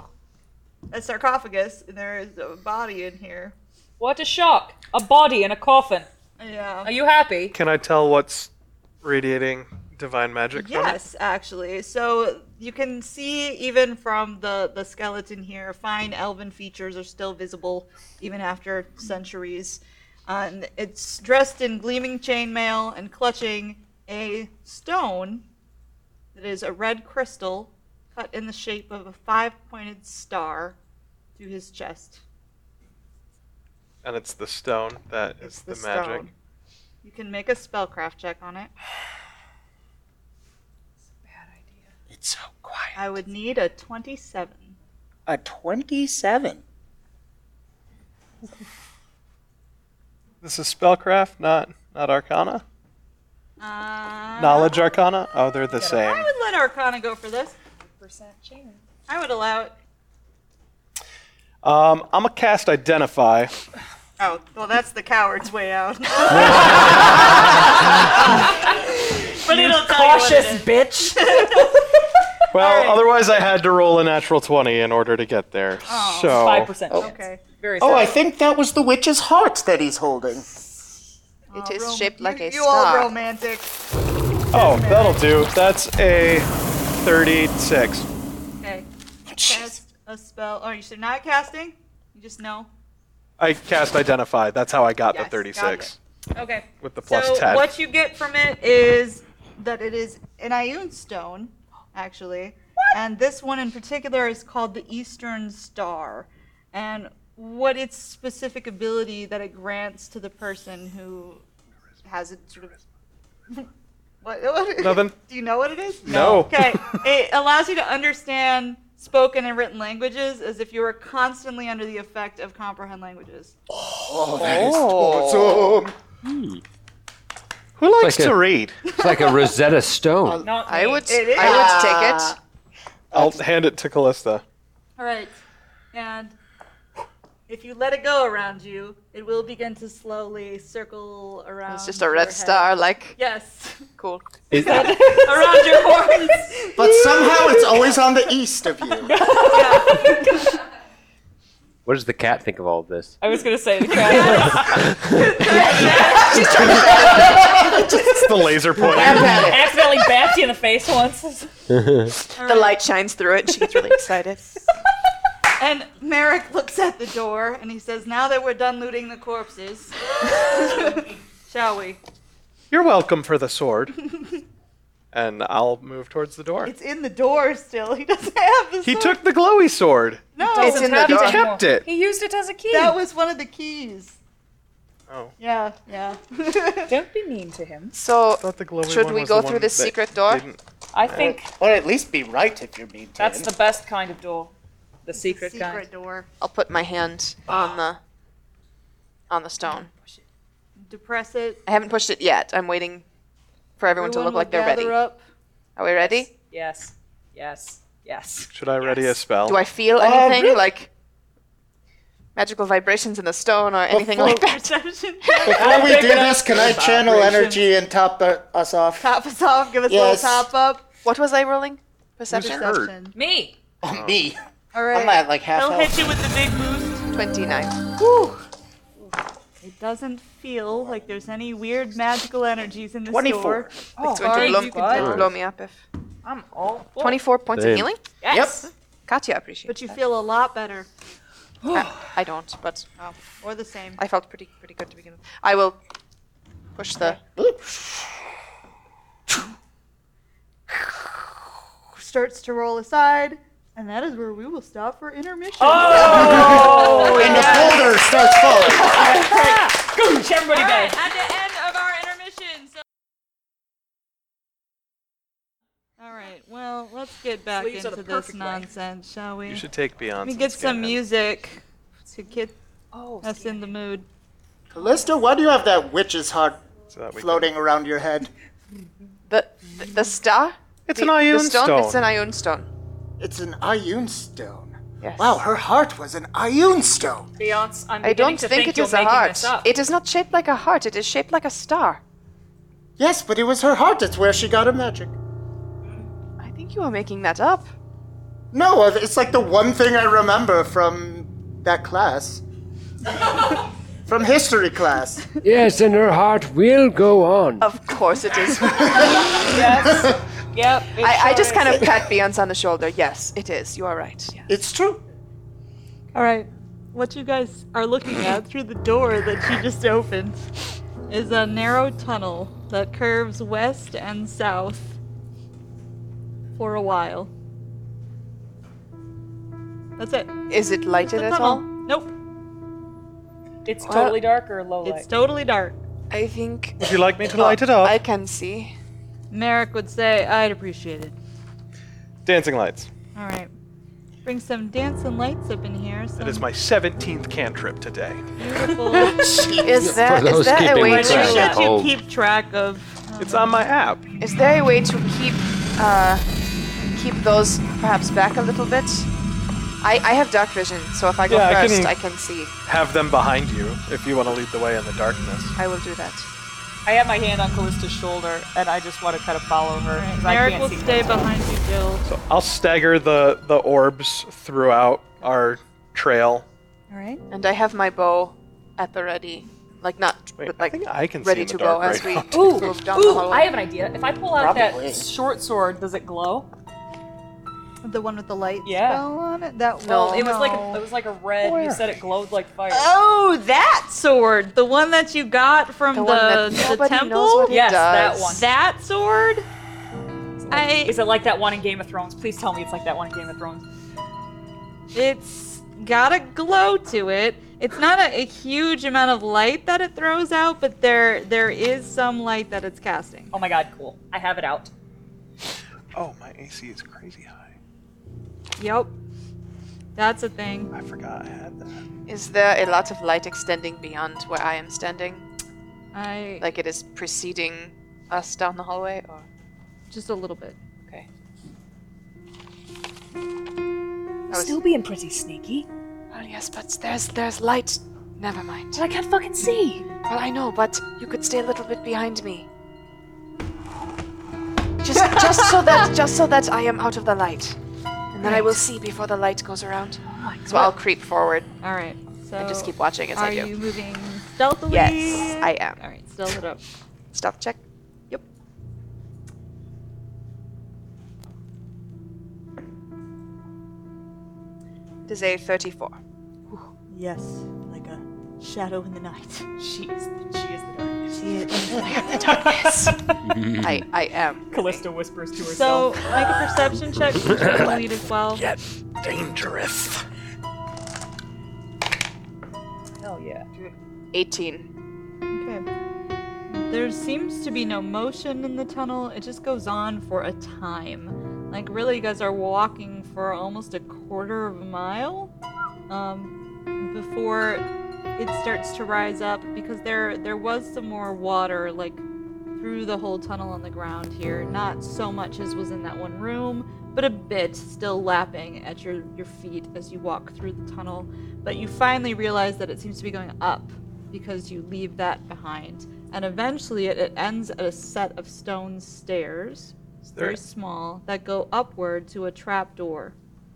[SPEAKER 5] a sarcophagus, and there is a body in here.
[SPEAKER 7] What a shock! A body in a coffin. Are
[SPEAKER 5] Yeah.
[SPEAKER 7] you happy?
[SPEAKER 9] Can I tell what's radiating divine magic from it?
[SPEAKER 5] Yes, actually. So you can see even from the the skeleton here, fine elven features are still visible even after centuries. Uh, and it's dressed in gleaming chainmail and clutching a stone that is a red crystal cut in the shape of a five-pointed star to his chest.
[SPEAKER 9] And it's the stone that is
[SPEAKER 5] It's
[SPEAKER 9] the, magic.
[SPEAKER 5] stone. You can make a spellcraft check on it.
[SPEAKER 6] It's so quiet.
[SPEAKER 5] I would need a 27.
[SPEAKER 6] A twenty-seven.
[SPEAKER 9] This is spellcraft, not not arcana.
[SPEAKER 5] Uh,
[SPEAKER 9] Knowledge arcana. Oh, they're the same.
[SPEAKER 5] I would let Arcana go for this. I would allow it.
[SPEAKER 9] Um, I'm going to cast Identify.
[SPEAKER 3] Oh, well, that's the coward's way out. but it'll tell you what it
[SPEAKER 7] Cautious
[SPEAKER 3] is.
[SPEAKER 7] bitch.
[SPEAKER 9] Well, otherwise I had to roll a natural 20 in order to get there.
[SPEAKER 5] Oh.
[SPEAKER 9] so
[SPEAKER 2] Oh.
[SPEAKER 7] Five percent.
[SPEAKER 3] Okay.
[SPEAKER 7] Very.
[SPEAKER 6] Oh,
[SPEAKER 7] sad.
[SPEAKER 6] I think that was the witch's heart that he's holding.
[SPEAKER 2] It is shaped like a
[SPEAKER 3] You all
[SPEAKER 2] star.
[SPEAKER 3] romantic.
[SPEAKER 9] Oh, that'll do. That's a 36.
[SPEAKER 3] Okay. Cast a spell. Oh, you should not casting. You just know.
[SPEAKER 9] I cast Identify. That's how I got
[SPEAKER 3] Yes,
[SPEAKER 9] the
[SPEAKER 3] got
[SPEAKER 9] 36
[SPEAKER 3] Okay.
[SPEAKER 9] with the plus
[SPEAKER 3] so
[SPEAKER 9] 10.
[SPEAKER 3] what you get from it is that it is an Ioun stone, actually. And this one in particular is called the Eastern Star. And what its specific ability that it grants to the person who has it sort of. what, what-
[SPEAKER 9] Nothing.
[SPEAKER 3] Do you know what it is?
[SPEAKER 9] No.
[SPEAKER 3] Okay. it allows you to understand spoken and written languages as if you were constantly under the effect of comprehend languages.
[SPEAKER 5] Who likes
[SPEAKER 4] like a-
[SPEAKER 5] to read?
[SPEAKER 4] It's like a Rosetta Stone.
[SPEAKER 7] Not
[SPEAKER 2] I
[SPEAKER 7] me.
[SPEAKER 2] would,
[SPEAKER 3] It is.
[SPEAKER 2] I would take it.
[SPEAKER 9] I'll hand it to Callista.
[SPEAKER 3] All right. And if you let it go around you, it will begin to slowly circle around.
[SPEAKER 2] It's just a
[SPEAKER 3] your
[SPEAKER 2] red
[SPEAKER 3] head.
[SPEAKER 2] star, like
[SPEAKER 3] Yes.
[SPEAKER 2] cool.
[SPEAKER 3] around your horns.
[SPEAKER 6] But somehow it's always on the east of you.
[SPEAKER 4] What does the cat think of all of this?
[SPEAKER 7] I was gonna say the cat.
[SPEAKER 9] It's the laser point.
[SPEAKER 7] accidentally backed you in the face once.
[SPEAKER 2] The light shines through it. She gets really excited.
[SPEAKER 3] And Merrick looks at the door and he says, Now that we're done looting the corpses, shall we?
[SPEAKER 5] You're welcome for the
[SPEAKER 9] sword. and I'll move towards the door.
[SPEAKER 3] It's in the door still. He doesn't have the
[SPEAKER 9] He
[SPEAKER 3] sword.
[SPEAKER 9] took the glowy sword.
[SPEAKER 3] No,
[SPEAKER 2] It's in the
[SPEAKER 9] He
[SPEAKER 2] door.
[SPEAKER 7] Anymore.
[SPEAKER 9] kept it.
[SPEAKER 7] He used it as a key.
[SPEAKER 3] that was one of the keys.
[SPEAKER 9] Oh.
[SPEAKER 3] Yeah, yeah.
[SPEAKER 7] Don't be mean to him.
[SPEAKER 2] So
[SPEAKER 9] The glowy
[SPEAKER 2] Should
[SPEAKER 9] one
[SPEAKER 2] we
[SPEAKER 9] was
[SPEAKER 2] go
[SPEAKER 9] the
[SPEAKER 2] through
[SPEAKER 9] one
[SPEAKER 2] this
[SPEAKER 9] that
[SPEAKER 2] secret door?
[SPEAKER 9] didn't-
[SPEAKER 7] I think
[SPEAKER 6] Or at least be right if you're mean to
[SPEAKER 7] that's
[SPEAKER 6] him.
[SPEAKER 7] the best kind of door. The secret,
[SPEAKER 3] Secret door.
[SPEAKER 2] I'll put my hand on the on the stone.
[SPEAKER 3] Depress it.
[SPEAKER 2] I haven't pushed it yet. I'm waiting for everyone to
[SPEAKER 3] Everyone
[SPEAKER 2] look
[SPEAKER 3] will
[SPEAKER 2] like they're ready.
[SPEAKER 3] gather Up.
[SPEAKER 2] Are we ready?
[SPEAKER 7] Yes. Yes. Yes.
[SPEAKER 9] Should I ready a spell?
[SPEAKER 2] Do I
[SPEAKER 5] Oh,
[SPEAKER 2] feel anything like magical vibrations in the stone or anything like that?
[SPEAKER 3] Perception.
[SPEAKER 6] Before we do this, can I channel energy and top uh, us off?
[SPEAKER 3] top us off. Give us
[SPEAKER 6] Yes.
[SPEAKER 3] a little top up.
[SPEAKER 2] What was I rolling? Perception.
[SPEAKER 9] Hurt.
[SPEAKER 3] Perception.
[SPEAKER 7] Me.
[SPEAKER 6] Oh, me.
[SPEAKER 3] All
[SPEAKER 6] I'm
[SPEAKER 3] right.
[SPEAKER 6] at like half
[SPEAKER 3] He'll
[SPEAKER 6] health.
[SPEAKER 3] hit you with the big boost.
[SPEAKER 2] Twenty-nine.
[SPEAKER 3] It doesn't feel like there's any weird magical energies in this
[SPEAKER 6] 24.
[SPEAKER 3] door.
[SPEAKER 5] Oh,
[SPEAKER 2] It's going
[SPEAKER 7] sorry,
[SPEAKER 2] to blow,
[SPEAKER 7] you can do it.
[SPEAKER 2] blow me up if
[SPEAKER 7] I'm all for it.
[SPEAKER 2] twenty-four points of
[SPEAKER 4] Damn.
[SPEAKER 2] healing.
[SPEAKER 7] Yes.
[SPEAKER 2] Katya, I appreciate.
[SPEAKER 3] But you feel a lot better.
[SPEAKER 2] I don't, but
[SPEAKER 3] Oh, or the same.
[SPEAKER 2] I felt pretty pretty good to begin with. I will push the.
[SPEAKER 3] Starts to roll aside, and that is where we will stop for intermission. Oh!
[SPEAKER 6] and the folder starts falling.
[SPEAKER 7] Gooch, everybody go.
[SPEAKER 3] At the end of our intermission. So- All right. Well, let's get back
[SPEAKER 7] Sleeves are the
[SPEAKER 3] into this
[SPEAKER 7] perfect length.
[SPEAKER 3] nonsense, shall we?
[SPEAKER 5] You should take Beyonce.
[SPEAKER 3] Let me get some music to get
[SPEAKER 7] Oh,
[SPEAKER 3] us in the mood.
[SPEAKER 6] Callista, why do you have that witch's heart
[SPEAKER 5] so that we can-
[SPEAKER 6] floating around your head?
[SPEAKER 2] The, the, the star?
[SPEAKER 5] It's
[SPEAKER 2] The-
[SPEAKER 5] an ion
[SPEAKER 2] the stone?
[SPEAKER 5] stone.
[SPEAKER 2] It's an ion stone.
[SPEAKER 6] It's an Ioun stone.
[SPEAKER 2] Yes.
[SPEAKER 6] Wow, her heart was an Ioun stone.
[SPEAKER 7] Beyonce, I'm
[SPEAKER 2] I
[SPEAKER 7] beginning
[SPEAKER 2] don't
[SPEAKER 7] to
[SPEAKER 2] think, it
[SPEAKER 7] you're
[SPEAKER 2] is a
[SPEAKER 7] making
[SPEAKER 2] heart.
[SPEAKER 7] this up.
[SPEAKER 2] It is not shaped like a heart. It is shaped like a star.
[SPEAKER 6] Yes, but it was her heart that's where she got her magic.
[SPEAKER 2] I think you are making that up.
[SPEAKER 6] No, it's like the one thing I remember from that class. from history class.
[SPEAKER 8] Yes, and her heart will go on.
[SPEAKER 4] Oh,
[SPEAKER 2] Of course it is.
[SPEAKER 7] Yes. yep. it
[SPEAKER 2] I, I
[SPEAKER 7] sure
[SPEAKER 2] just
[SPEAKER 7] is.
[SPEAKER 2] kind of pat Beyonce on the shoulder. Yes, it is. You are right. Yeah.
[SPEAKER 6] It's true.
[SPEAKER 3] All right. What you guys are looking at through the door that you just opened is a narrow tunnel that curves west and south for a while. That's it.
[SPEAKER 2] Is it lighted
[SPEAKER 3] The
[SPEAKER 2] at
[SPEAKER 3] tunnel.
[SPEAKER 2] all?
[SPEAKER 3] Nope.
[SPEAKER 7] It's totally dark or low
[SPEAKER 3] It's
[SPEAKER 7] light.
[SPEAKER 3] totally dark.
[SPEAKER 2] I think
[SPEAKER 5] Would you like me to light it up?
[SPEAKER 2] I can see.
[SPEAKER 3] Merrick would say, I'd appreciate it.
[SPEAKER 9] Dancing lights.
[SPEAKER 3] All right. Bring some dancing lights up in here. Some
[SPEAKER 5] It is my 17th cantrip today.
[SPEAKER 3] beautiful.
[SPEAKER 2] Is there, is
[SPEAKER 4] those
[SPEAKER 2] there a
[SPEAKER 4] keeping
[SPEAKER 2] way
[SPEAKER 4] track.
[SPEAKER 2] to
[SPEAKER 3] that you
[SPEAKER 4] Oh.
[SPEAKER 3] keep track of.
[SPEAKER 5] It's on my app.
[SPEAKER 2] is there a way to keep uh, keep those perhaps back a little bit? I, I have dark vision, so if I go
[SPEAKER 9] Yeah, I
[SPEAKER 2] first,
[SPEAKER 9] can-
[SPEAKER 2] I can see.
[SPEAKER 9] Have them behind you if you want to lead the way in the darkness.
[SPEAKER 2] I will do that.
[SPEAKER 7] I have my hand on Callista's shoulder, and I just want to kind of follow her. 'cause I
[SPEAKER 3] Eric
[SPEAKER 7] can't
[SPEAKER 3] will
[SPEAKER 7] see
[SPEAKER 3] stay
[SPEAKER 7] what's going
[SPEAKER 3] behind you, Jill.
[SPEAKER 9] So I'll stagger the the orbs throughout our trail.
[SPEAKER 3] All right.
[SPEAKER 2] And I have my bow at the ready. Like not
[SPEAKER 9] Wait,
[SPEAKER 2] but
[SPEAKER 9] I
[SPEAKER 2] like
[SPEAKER 9] think I can see
[SPEAKER 2] ready
[SPEAKER 9] in the
[SPEAKER 2] to go
[SPEAKER 9] dark
[SPEAKER 2] as
[SPEAKER 9] right
[SPEAKER 2] we
[SPEAKER 9] now.
[SPEAKER 7] Ooh,
[SPEAKER 2] move down the
[SPEAKER 7] ooh,
[SPEAKER 2] hallway.
[SPEAKER 7] I have an idea. If I pull out
[SPEAKER 6] Probably.
[SPEAKER 7] that short sword, does it glow?
[SPEAKER 3] The one with the light
[SPEAKER 7] Yeah.
[SPEAKER 3] spell on it. That
[SPEAKER 2] No,
[SPEAKER 3] well,
[SPEAKER 7] It was like
[SPEAKER 3] no.
[SPEAKER 7] a, it was like a red. You said it glowed like fire.
[SPEAKER 3] Oh, that sword! The one that you got from
[SPEAKER 2] The
[SPEAKER 3] the,
[SPEAKER 2] one that
[SPEAKER 3] the
[SPEAKER 2] nobody knows
[SPEAKER 3] temple?
[SPEAKER 2] what it
[SPEAKER 7] Yes, that
[SPEAKER 2] does.
[SPEAKER 7] one.
[SPEAKER 3] That sword? I.
[SPEAKER 7] Is it like that one in Game of Thrones? Please tell me it's like that one in Game of Thrones.
[SPEAKER 3] It's got a glow to it. It's not a, a huge amount of light that it throws out, but there there is some light that it's casting.
[SPEAKER 7] Oh my god, cool! I have it out.
[SPEAKER 9] Oh, my AC is crazy high.
[SPEAKER 3] Yep. That's a thing.
[SPEAKER 9] I forgot I had that.
[SPEAKER 2] Is there a lot of light extending beyond where I am standing?
[SPEAKER 3] I
[SPEAKER 2] Like it is preceding us down the hallway or
[SPEAKER 3] just a little bit.
[SPEAKER 2] okay.
[SPEAKER 1] Still being pretty sneaky.
[SPEAKER 2] Oh yes, but there's there's light. Never mind.
[SPEAKER 1] But I can't fucking see.
[SPEAKER 2] Well I know, but you could stay a little bit behind me. Just just so that just so that I am out of the light. And then I will see before the light goes around. so I'll creep forward
[SPEAKER 3] All right. So
[SPEAKER 2] and just keep watching as
[SPEAKER 3] are
[SPEAKER 2] I do.
[SPEAKER 3] you moving stealthily?
[SPEAKER 2] Yes, I am.
[SPEAKER 3] All right. Stealth it up.
[SPEAKER 2] Stealth check.
[SPEAKER 3] Yep.
[SPEAKER 2] It is a 34.
[SPEAKER 3] Yes, like a shadow in the night.
[SPEAKER 7] She is the, she is the dark.
[SPEAKER 2] I, I am.
[SPEAKER 7] Callista whispers to
[SPEAKER 3] So
[SPEAKER 7] herself.
[SPEAKER 3] make a perception check for lead as well.
[SPEAKER 5] Dangerous.
[SPEAKER 7] So hell yeah.
[SPEAKER 2] 18.
[SPEAKER 3] Okay. There seems to be no motion in the tunnel. It just goes on for a time. Like really, you guys are walking for almost a quarter of a mile um, before it starts to rise up because there there was some more water like through the whole tunnel on the ground here. Not so much as was in that one room, but a bit still lapping at your, your feet as you walk through the tunnel. But you finally realize that it seems to be going up because you leave that behind. And eventually it, it ends at a set of stone stairs. It's
[SPEAKER 9] there-
[SPEAKER 3] very small that go upward to a trap door.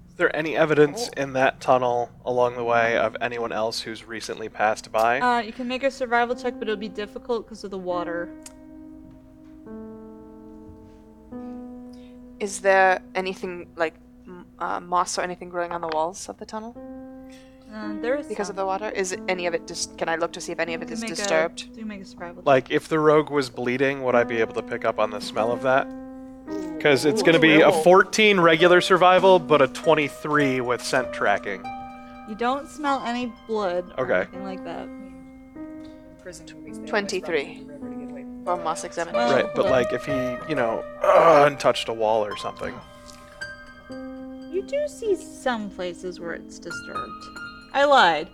[SPEAKER 9] Is there any evidence in that tunnel along the way of anyone else who's recently passed by?
[SPEAKER 3] Uh, you can make a survival check, but it'll be difficult because of the water.
[SPEAKER 2] Is there anything like m- uh, moss or anything growing on the walls of the tunnel
[SPEAKER 3] Uh, there is
[SPEAKER 2] because of the water? Is it- any of it just. Can I look to see if any of it is disturbed?
[SPEAKER 3] do make a survival check.
[SPEAKER 9] like, if the rogue was bleeding, would I be able to pick up on the smell of that? Because it's going to be a 14 regular survival, but a 23 with scent tracking.
[SPEAKER 3] You don't smell any blood or
[SPEAKER 9] Okay.
[SPEAKER 3] anything like that.
[SPEAKER 7] Prison movies, they always
[SPEAKER 2] 23.
[SPEAKER 7] run to the river to get away.
[SPEAKER 2] Or moss examination?
[SPEAKER 3] Well-
[SPEAKER 9] Right, but like if he, you know, uh, touched a wall or something.
[SPEAKER 3] You do see some places where it's disturbed. I lied.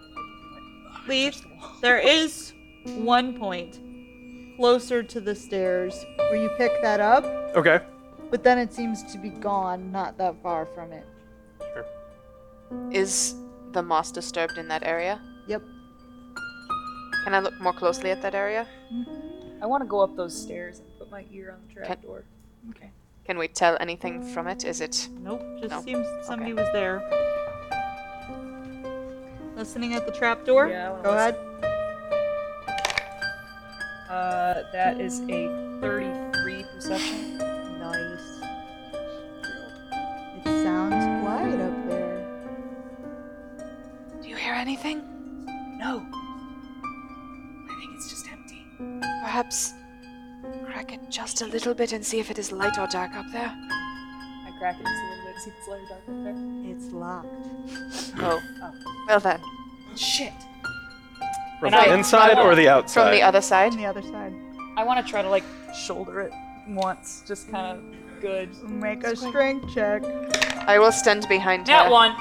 [SPEAKER 3] Leaf, there is one point closer to the stairs where you pick that up,
[SPEAKER 9] Okay.
[SPEAKER 3] but then it seems to be gone not that far from it.
[SPEAKER 2] Is the moss disturbed in that area?
[SPEAKER 3] Yep.
[SPEAKER 2] Can I look more closely at that area?
[SPEAKER 7] I want to go up those stairs and put my ear on the
[SPEAKER 2] Can-
[SPEAKER 7] trap door.
[SPEAKER 2] Can we tell anything from it? Is it.
[SPEAKER 3] Nope, just
[SPEAKER 2] Nope.
[SPEAKER 3] seems somebody was there. Listening at the trap door?
[SPEAKER 7] Yeah, I wanna
[SPEAKER 3] Go
[SPEAKER 7] listen.
[SPEAKER 3] ahead.
[SPEAKER 7] Uh, that is a 33 perception.
[SPEAKER 3] Nice. It sounds quiet up there.
[SPEAKER 2] Do you hear anything?
[SPEAKER 7] No. I think it's just empty.
[SPEAKER 2] Perhaps crack it just a little bit and see if it is light or dark up there.
[SPEAKER 7] I crack it just a little bit, see if it's light or dark up there.
[SPEAKER 3] It's locked.
[SPEAKER 2] Oh. Well then,
[SPEAKER 7] Shit.
[SPEAKER 9] From
[SPEAKER 7] And I-
[SPEAKER 9] the inside
[SPEAKER 7] I
[SPEAKER 9] or
[SPEAKER 7] want-
[SPEAKER 9] the outside?
[SPEAKER 2] from the other side.
[SPEAKER 3] the other side.
[SPEAKER 7] I want to try to like shoulder it once, just kind of good.
[SPEAKER 3] Make a strength check.
[SPEAKER 2] I will stand behind
[SPEAKER 7] That
[SPEAKER 2] her.
[SPEAKER 7] one.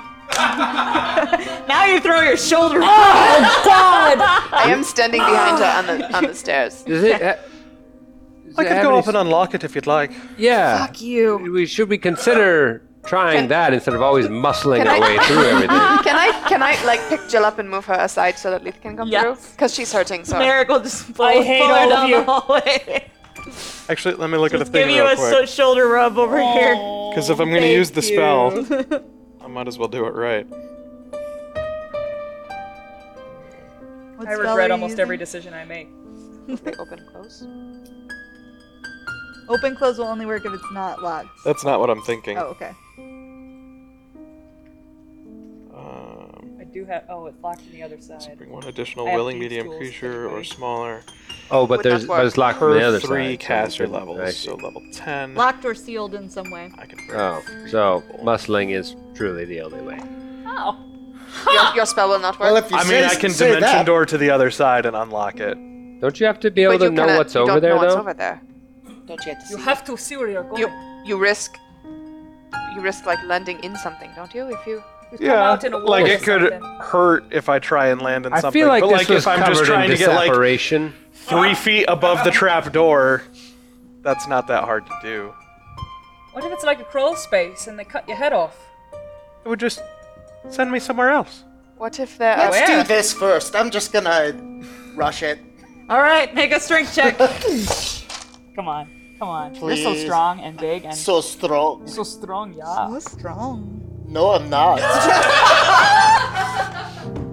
[SPEAKER 3] Now you throw your shoulder.
[SPEAKER 2] I am standing behind her on the on the stairs.
[SPEAKER 8] Does it? Uh, does
[SPEAKER 9] I
[SPEAKER 8] it
[SPEAKER 9] could
[SPEAKER 8] have
[SPEAKER 9] go
[SPEAKER 8] any
[SPEAKER 9] up and unlock it if you'd like.
[SPEAKER 8] Yeah. Fuck you. We, should we consider
[SPEAKER 4] Trying
[SPEAKER 2] Can-
[SPEAKER 4] that instead of always muscling
[SPEAKER 2] Can
[SPEAKER 4] our
[SPEAKER 2] I-
[SPEAKER 4] way through everything.
[SPEAKER 2] Can I can I like pick Jill up and move her aside so that Leaf can come
[SPEAKER 7] Yes.
[SPEAKER 2] through? Because she's hurting. So
[SPEAKER 3] Merrick will just pull,
[SPEAKER 7] I hate
[SPEAKER 3] pull her
[SPEAKER 7] all of
[SPEAKER 3] down
[SPEAKER 7] you.
[SPEAKER 3] the hallway.
[SPEAKER 9] Actually, let me look at the thing
[SPEAKER 3] Give you
[SPEAKER 9] real
[SPEAKER 3] a so-
[SPEAKER 9] quick.
[SPEAKER 3] shoulder rub over here.
[SPEAKER 9] Because if I'm going to use the spell, I might as well do it right.
[SPEAKER 3] What
[SPEAKER 7] I
[SPEAKER 3] spell are
[SPEAKER 7] regret
[SPEAKER 3] you
[SPEAKER 7] almost
[SPEAKER 3] using?
[SPEAKER 7] every decision I make.
[SPEAKER 2] they open close.
[SPEAKER 3] Open close will only work if it's not locked.
[SPEAKER 9] That's not what I'm thinking.
[SPEAKER 3] Oh, okay.
[SPEAKER 9] Um,
[SPEAKER 7] I do have. Oh, it's locked on the other side.
[SPEAKER 9] bring one additional
[SPEAKER 7] I have
[SPEAKER 9] willing
[SPEAKER 7] these
[SPEAKER 9] medium
[SPEAKER 7] tools
[SPEAKER 9] creature or
[SPEAKER 7] anyway.
[SPEAKER 9] smaller
[SPEAKER 4] oh, but
[SPEAKER 2] Would
[SPEAKER 4] there's
[SPEAKER 2] not
[SPEAKER 4] but it's locked on the
[SPEAKER 9] per
[SPEAKER 4] other
[SPEAKER 9] three
[SPEAKER 4] side. so
[SPEAKER 9] caster
[SPEAKER 4] it's different. I
[SPEAKER 9] levels.
[SPEAKER 4] see.
[SPEAKER 9] So level 10.
[SPEAKER 3] Locked or sealed in some way.
[SPEAKER 9] I can bring
[SPEAKER 4] Oh,
[SPEAKER 9] three
[SPEAKER 4] so
[SPEAKER 9] people.
[SPEAKER 4] muscling is truly the only way.
[SPEAKER 7] Oh,
[SPEAKER 2] Your, your spell will not work.
[SPEAKER 6] Well, if you
[SPEAKER 9] I
[SPEAKER 6] say,
[SPEAKER 9] mean, I can
[SPEAKER 6] say
[SPEAKER 9] dimension
[SPEAKER 6] that,
[SPEAKER 9] door to the other side and unlock it.
[SPEAKER 4] Don't you have to be
[SPEAKER 2] But
[SPEAKER 4] able to
[SPEAKER 2] you
[SPEAKER 4] know
[SPEAKER 2] cannot-
[SPEAKER 4] what's
[SPEAKER 2] you
[SPEAKER 4] over
[SPEAKER 2] don't
[SPEAKER 4] there
[SPEAKER 2] know what's
[SPEAKER 4] though?
[SPEAKER 2] over there.
[SPEAKER 6] Don't you have to
[SPEAKER 7] you
[SPEAKER 6] see
[SPEAKER 7] have to see where you're going.
[SPEAKER 2] You you risk you risk like landing in something, don't you? If you
[SPEAKER 9] Yeah,
[SPEAKER 7] out in a
[SPEAKER 9] like
[SPEAKER 7] wall
[SPEAKER 9] it
[SPEAKER 7] or
[SPEAKER 9] could
[SPEAKER 7] something.
[SPEAKER 9] hurt if I try and land in
[SPEAKER 4] I
[SPEAKER 9] something.
[SPEAKER 4] feel like
[SPEAKER 9] but
[SPEAKER 4] this
[SPEAKER 9] like
[SPEAKER 4] was
[SPEAKER 9] if I'm
[SPEAKER 4] covered
[SPEAKER 9] just
[SPEAKER 4] in
[SPEAKER 9] trying to get like
[SPEAKER 4] disapparation.
[SPEAKER 9] three feet above the trap door, that's not that hard to do.
[SPEAKER 7] What if it's like a crawl space and they cut your head off?
[SPEAKER 9] It would just send me somewhere else.
[SPEAKER 2] what if there
[SPEAKER 6] Let's
[SPEAKER 2] are
[SPEAKER 7] Where?
[SPEAKER 6] do this first. I'm just gonna rush it.
[SPEAKER 3] All right, make a strength check.
[SPEAKER 7] Come on, come on. You're so
[SPEAKER 6] Please.
[SPEAKER 7] strong and big and so,
[SPEAKER 6] So strong.
[SPEAKER 7] strong, yeah.
[SPEAKER 3] strong.
[SPEAKER 6] No, I'm not.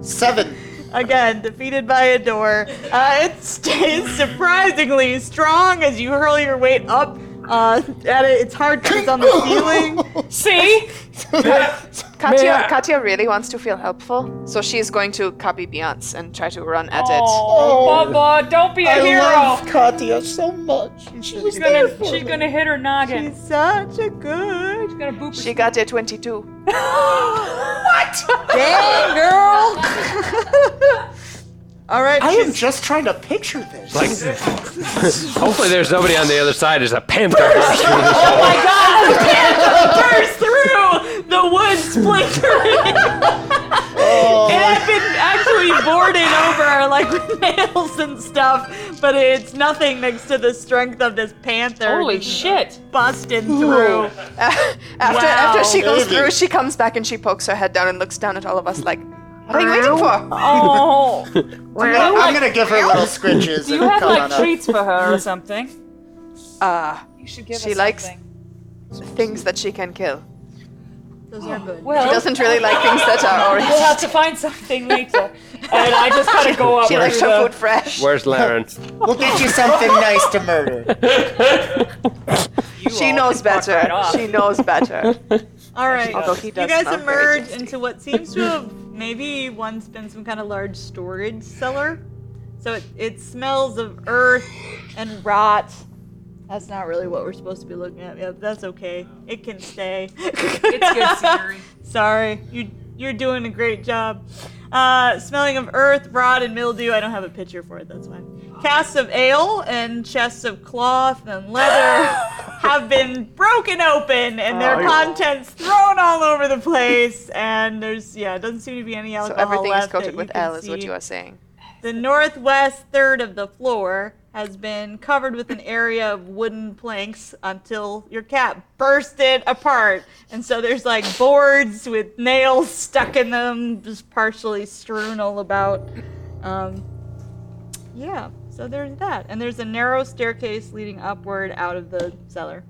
[SPEAKER 6] Seven.
[SPEAKER 3] Again, defeated by a door. Uh, it stays surprisingly strong as you hurl your weight up uh, at it. It's hard because it's on the ceiling.
[SPEAKER 7] See?
[SPEAKER 2] Katya Katya really wants to feel helpful, so she's going to copy Beyonce and try to run at it.
[SPEAKER 7] Oh, Bubba, don't be a
[SPEAKER 6] I
[SPEAKER 7] hero.
[SPEAKER 6] love Katya so much. She was
[SPEAKER 7] she's
[SPEAKER 6] there
[SPEAKER 7] gonna,
[SPEAKER 6] for
[SPEAKER 7] she's
[SPEAKER 6] me.
[SPEAKER 7] gonna hit her noggin.
[SPEAKER 3] She's such a good
[SPEAKER 7] She's gonna boop.
[SPEAKER 2] She got a 22.
[SPEAKER 3] dang girl. All right,
[SPEAKER 6] I am
[SPEAKER 3] she's
[SPEAKER 6] just trying to picture this.
[SPEAKER 4] Like, hopefully there's nobody on the other side. There's a panther.
[SPEAKER 3] burst through the wood splintering.
[SPEAKER 7] Oh.
[SPEAKER 2] Oh.
[SPEAKER 3] It had been actually boarded over like with nails and stuff, but it's nothing next to the strength of this panther.
[SPEAKER 7] Holy
[SPEAKER 3] just
[SPEAKER 7] shit!
[SPEAKER 3] Busting through.
[SPEAKER 2] After
[SPEAKER 3] Wow.
[SPEAKER 2] after she goes
[SPEAKER 6] Baby.
[SPEAKER 2] through, she comes back and she pokes her head down and looks down at all of us like, what are you waiting for?
[SPEAKER 7] Oh,
[SPEAKER 6] I'm gonna give her little scritches
[SPEAKER 7] do you
[SPEAKER 6] and
[SPEAKER 7] have
[SPEAKER 6] come
[SPEAKER 7] like
[SPEAKER 6] on up.
[SPEAKER 7] treats for her or something?
[SPEAKER 2] Uh,
[SPEAKER 7] You should give
[SPEAKER 2] She
[SPEAKER 7] us
[SPEAKER 2] likes-
[SPEAKER 7] something.
[SPEAKER 2] things that she can kill.
[SPEAKER 3] Those are good.
[SPEAKER 7] Well,
[SPEAKER 2] She doesn't really like things that are
[SPEAKER 7] we'll
[SPEAKER 2] already.
[SPEAKER 7] have to find something later. and I just gotta go up.
[SPEAKER 2] She likes
[SPEAKER 7] through
[SPEAKER 2] her
[SPEAKER 7] the-
[SPEAKER 2] food fresh.
[SPEAKER 4] Where's Laren?
[SPEAKER 6] We'll get you something nice to murder.
[SPEAKER 2] She knows better.
[SPEAKER 7] right off.
[SPEAKER 2] she knows better.
[SPEAKER 3] All right.
[SPEAKER 2] Although he
[SPEAKER 3] You
[SPEAKER 2] does
[SPEAKER 3] guys
[SPEAKER 2] smell very
[SPEAKER 3] emerge
[SPEAKER 2] tasty.
[SPEAKER 3] into what seems to have maybe once been some kind of large storage cellar. So it, it smells of earth and rot. That's not really what we're supposed to be looking at. Yeah, but that's okay. It can stay.
[SPEAKER 7] It's good scenery.
[SPEAKER 3] Sorry, you you're doing a great job. Uh, smelling of earth, rot, and mildew. I don't have a picture for it. That's why. Casks of ale and chests of cloth and leather have been broken open and their contents thrown all over the place. And there's yeah, doesn't seem to be any
[SPEAKER 2] So
[SPEAKER 3] alcohol
[SPEAKER 2] everything is
[SPEAKER 3] left that
[SPEAKER 2] coated
[SPEAKER 3] you
[SPEAKER 2] with
[SPEAKER 3] can
[SPEAKER 2] L, is what
[SPEAKER 3] see.
[SPEAKER 2] you are saying.
[SPEAKER 3] The northwest third of the floor has been covered with an area of wooden planks until your cat burst it apart. And so there's like boards with nails stuck in them, just partially strewn all about. Um, yeah, so there's that. And there's a narrow staircase leading upward out of the cellar.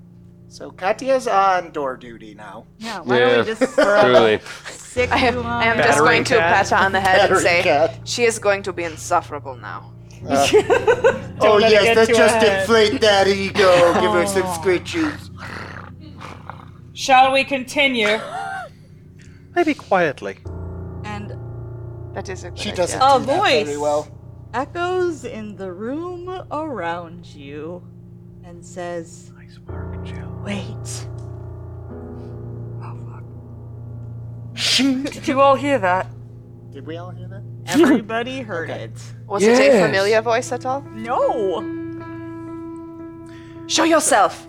[SPEAKER 6] So Katya's on door duty now.
[SPEAKER 3] Yeah, why
[SPEAKER 4] Yeah,
[SPEAKER 3] don't we just uh,
[SPEAKER 4] truly.
[SPEAKER 3] stick
[SPEAKER 2] I am,
[SPEAKER 3] you
[SPEAKER 2] I am
[SPEAKER 3] on-
[SPEAKER 2] just
[SPEAKER 9] Battering
[SPEAKER 2] going to
[SPEAKER 9] cat.
[SPEAKER 2] pat her on the head and
[SPEAKER 6] Battering
[SPEAKER 2] say,
[SPEAKER 6] cat.
[SPEAKER 2] she is going to be insufferable now.
[SPEAKER 6] oh
[SPEAKER 7] let it
[SPEAKER 6] yes,
[SPEAKER 7] get
[SPEAKER 6] let's
[SPEAKER 7] to
[SPEAKER 6] just
[SPEAKER 7] her.
[SPEAKER 6] inflate that ego. Give her some scritches.
[SPEAKER 7] Shall we continue?
[SPEAKER 9] Maybe quietly.
[SPEAKER 3] um, And
[SPEAKER 2] That is a good
[SPEAKER 6] She
[SPEAKER 2] idea. Oh,
[SPEAKER 6] doesn't
[SPEAKER 3] A
[SPEAKER 6] do that
[SPEAKER 3] voice.
[SPEAKER 6] very well.
[SPEAKER 3] echoes in the room around you and says,
[SPEAKER 9] Nice work, Jill.
[SPEAKER 3] Wait.
[SPEAKER 7] Did you all hear that?
[SPEAKER 6] Did we all hear that?
[SPEAKER 3] Everybody heard
[SPEAKER 6] Okay.
[SPEAKER 3] it.
[SPEAKER 2] Was it a
[SPEAKER 8] Yes.
[SPEAKER 2] familiar voice at all?
[SPEAKER 3] No!
[SPEAKER 2] Show yourself!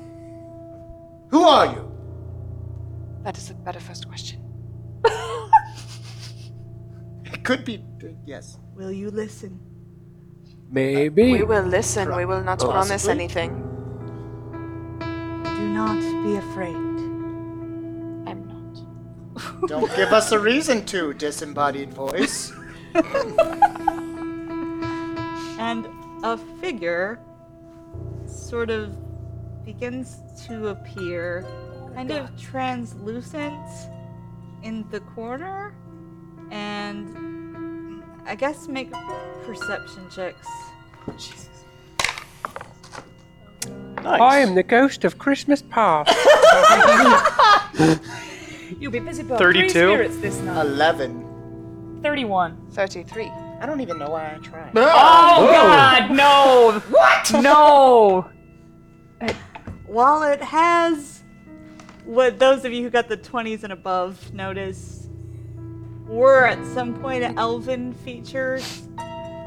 [SPEAKER 6] Who are you?
[SPEAKER 2] That is a better first question.
[SPEAKER 6] It could be. Yes.
[SPEAKER 3] Will you listen?
[SPEAKER 8] Maybe.
[SPEAKER 2] We will listen, we will not promise
[SPEAKER 6] Possibly.
[SPEAKER 2] anything.
[SPEAKER 3] Do not be afraid.
[SPEAKER 2] I'm
[SPEAKER 6] Don't give us a reason to, disembodied voice.
[SPEAKER 3] and a figure sort of begins to appear, kind of translucent in the corner, and I guess make perception checks.
[SPEAKER 9] Nice.
[SPEAKER 8] I am the ghost of Christmas past.
[SPEAKER 7] You'll be busy about
[SPEAKER 9] 32?
[SPEAKER 7] three spirits this night.
[SPEAKER 6] 11.
[SPEAKER 7] 31.
[SPEAKER 2] 33.
[SPEAKER 6] I don't even know why I tried.
[SPEAKER 7] Oh, God, no! What? No!
[SPEAKER 3] While it has what those of you who got the 20s and above notice were at some point elven features,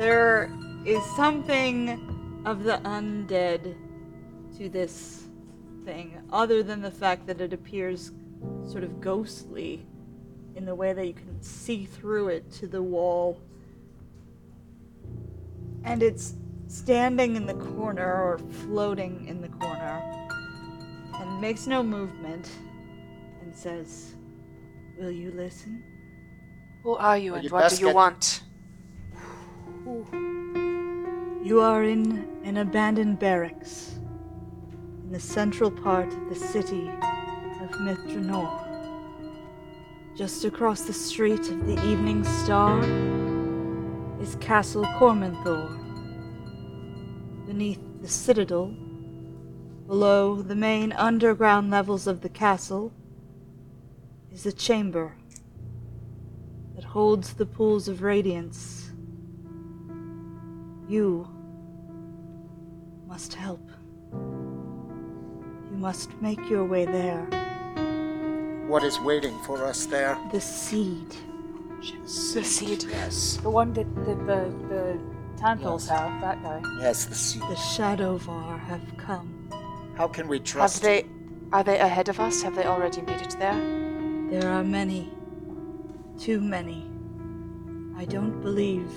[SPEAKER 3] there is something of the undead to this thing, other than the fact that it appears sort of ghostly in the way that you can see through it to the wall. And it's standing in the corner or floating in the corner and makes no movement and says, Will you listen?
[SPEAKER 2] Who are you
[SPEAKER 6] Well,
[SPEAKER 2] and
[SPEAKER 6] you
[SPEAKER 2] what do
[SPEAKER 6] best
[SPEAKER 2] you
[SPEAKER 6] get-
[SPEAKER 2] want?
[SPEAKER 3] You are in an abandoned barracks in the central part of the city of Mithranor. Just across the street of the Evening Star is Castle Cormanthor. Beneath the citadel, below the main underground levels of the castle, is a chamber that holds the pools of radiance you must help. You must make your way there.
[SPEAKER 6] What is waiting for us there?
[SPEAKER 3] The seed.
[SPEAKER 2] The seed.
[SPEAKER 6] Yes.
[SPEAKER 7] The one that the, the, the tantals have, that guy.
[SPEAKER 6] Yes, the sea.
[SPEAKER 3] The Shadowvar have come.
[SPEAKER 6] How can we
[SPEAKER 2] Have
[SPEAKER 6] trust
[SPEAKER 2] they? Are they ahead of us? Have they already made it there?
[SPEAKER 3] There are many. Too many. I don't believe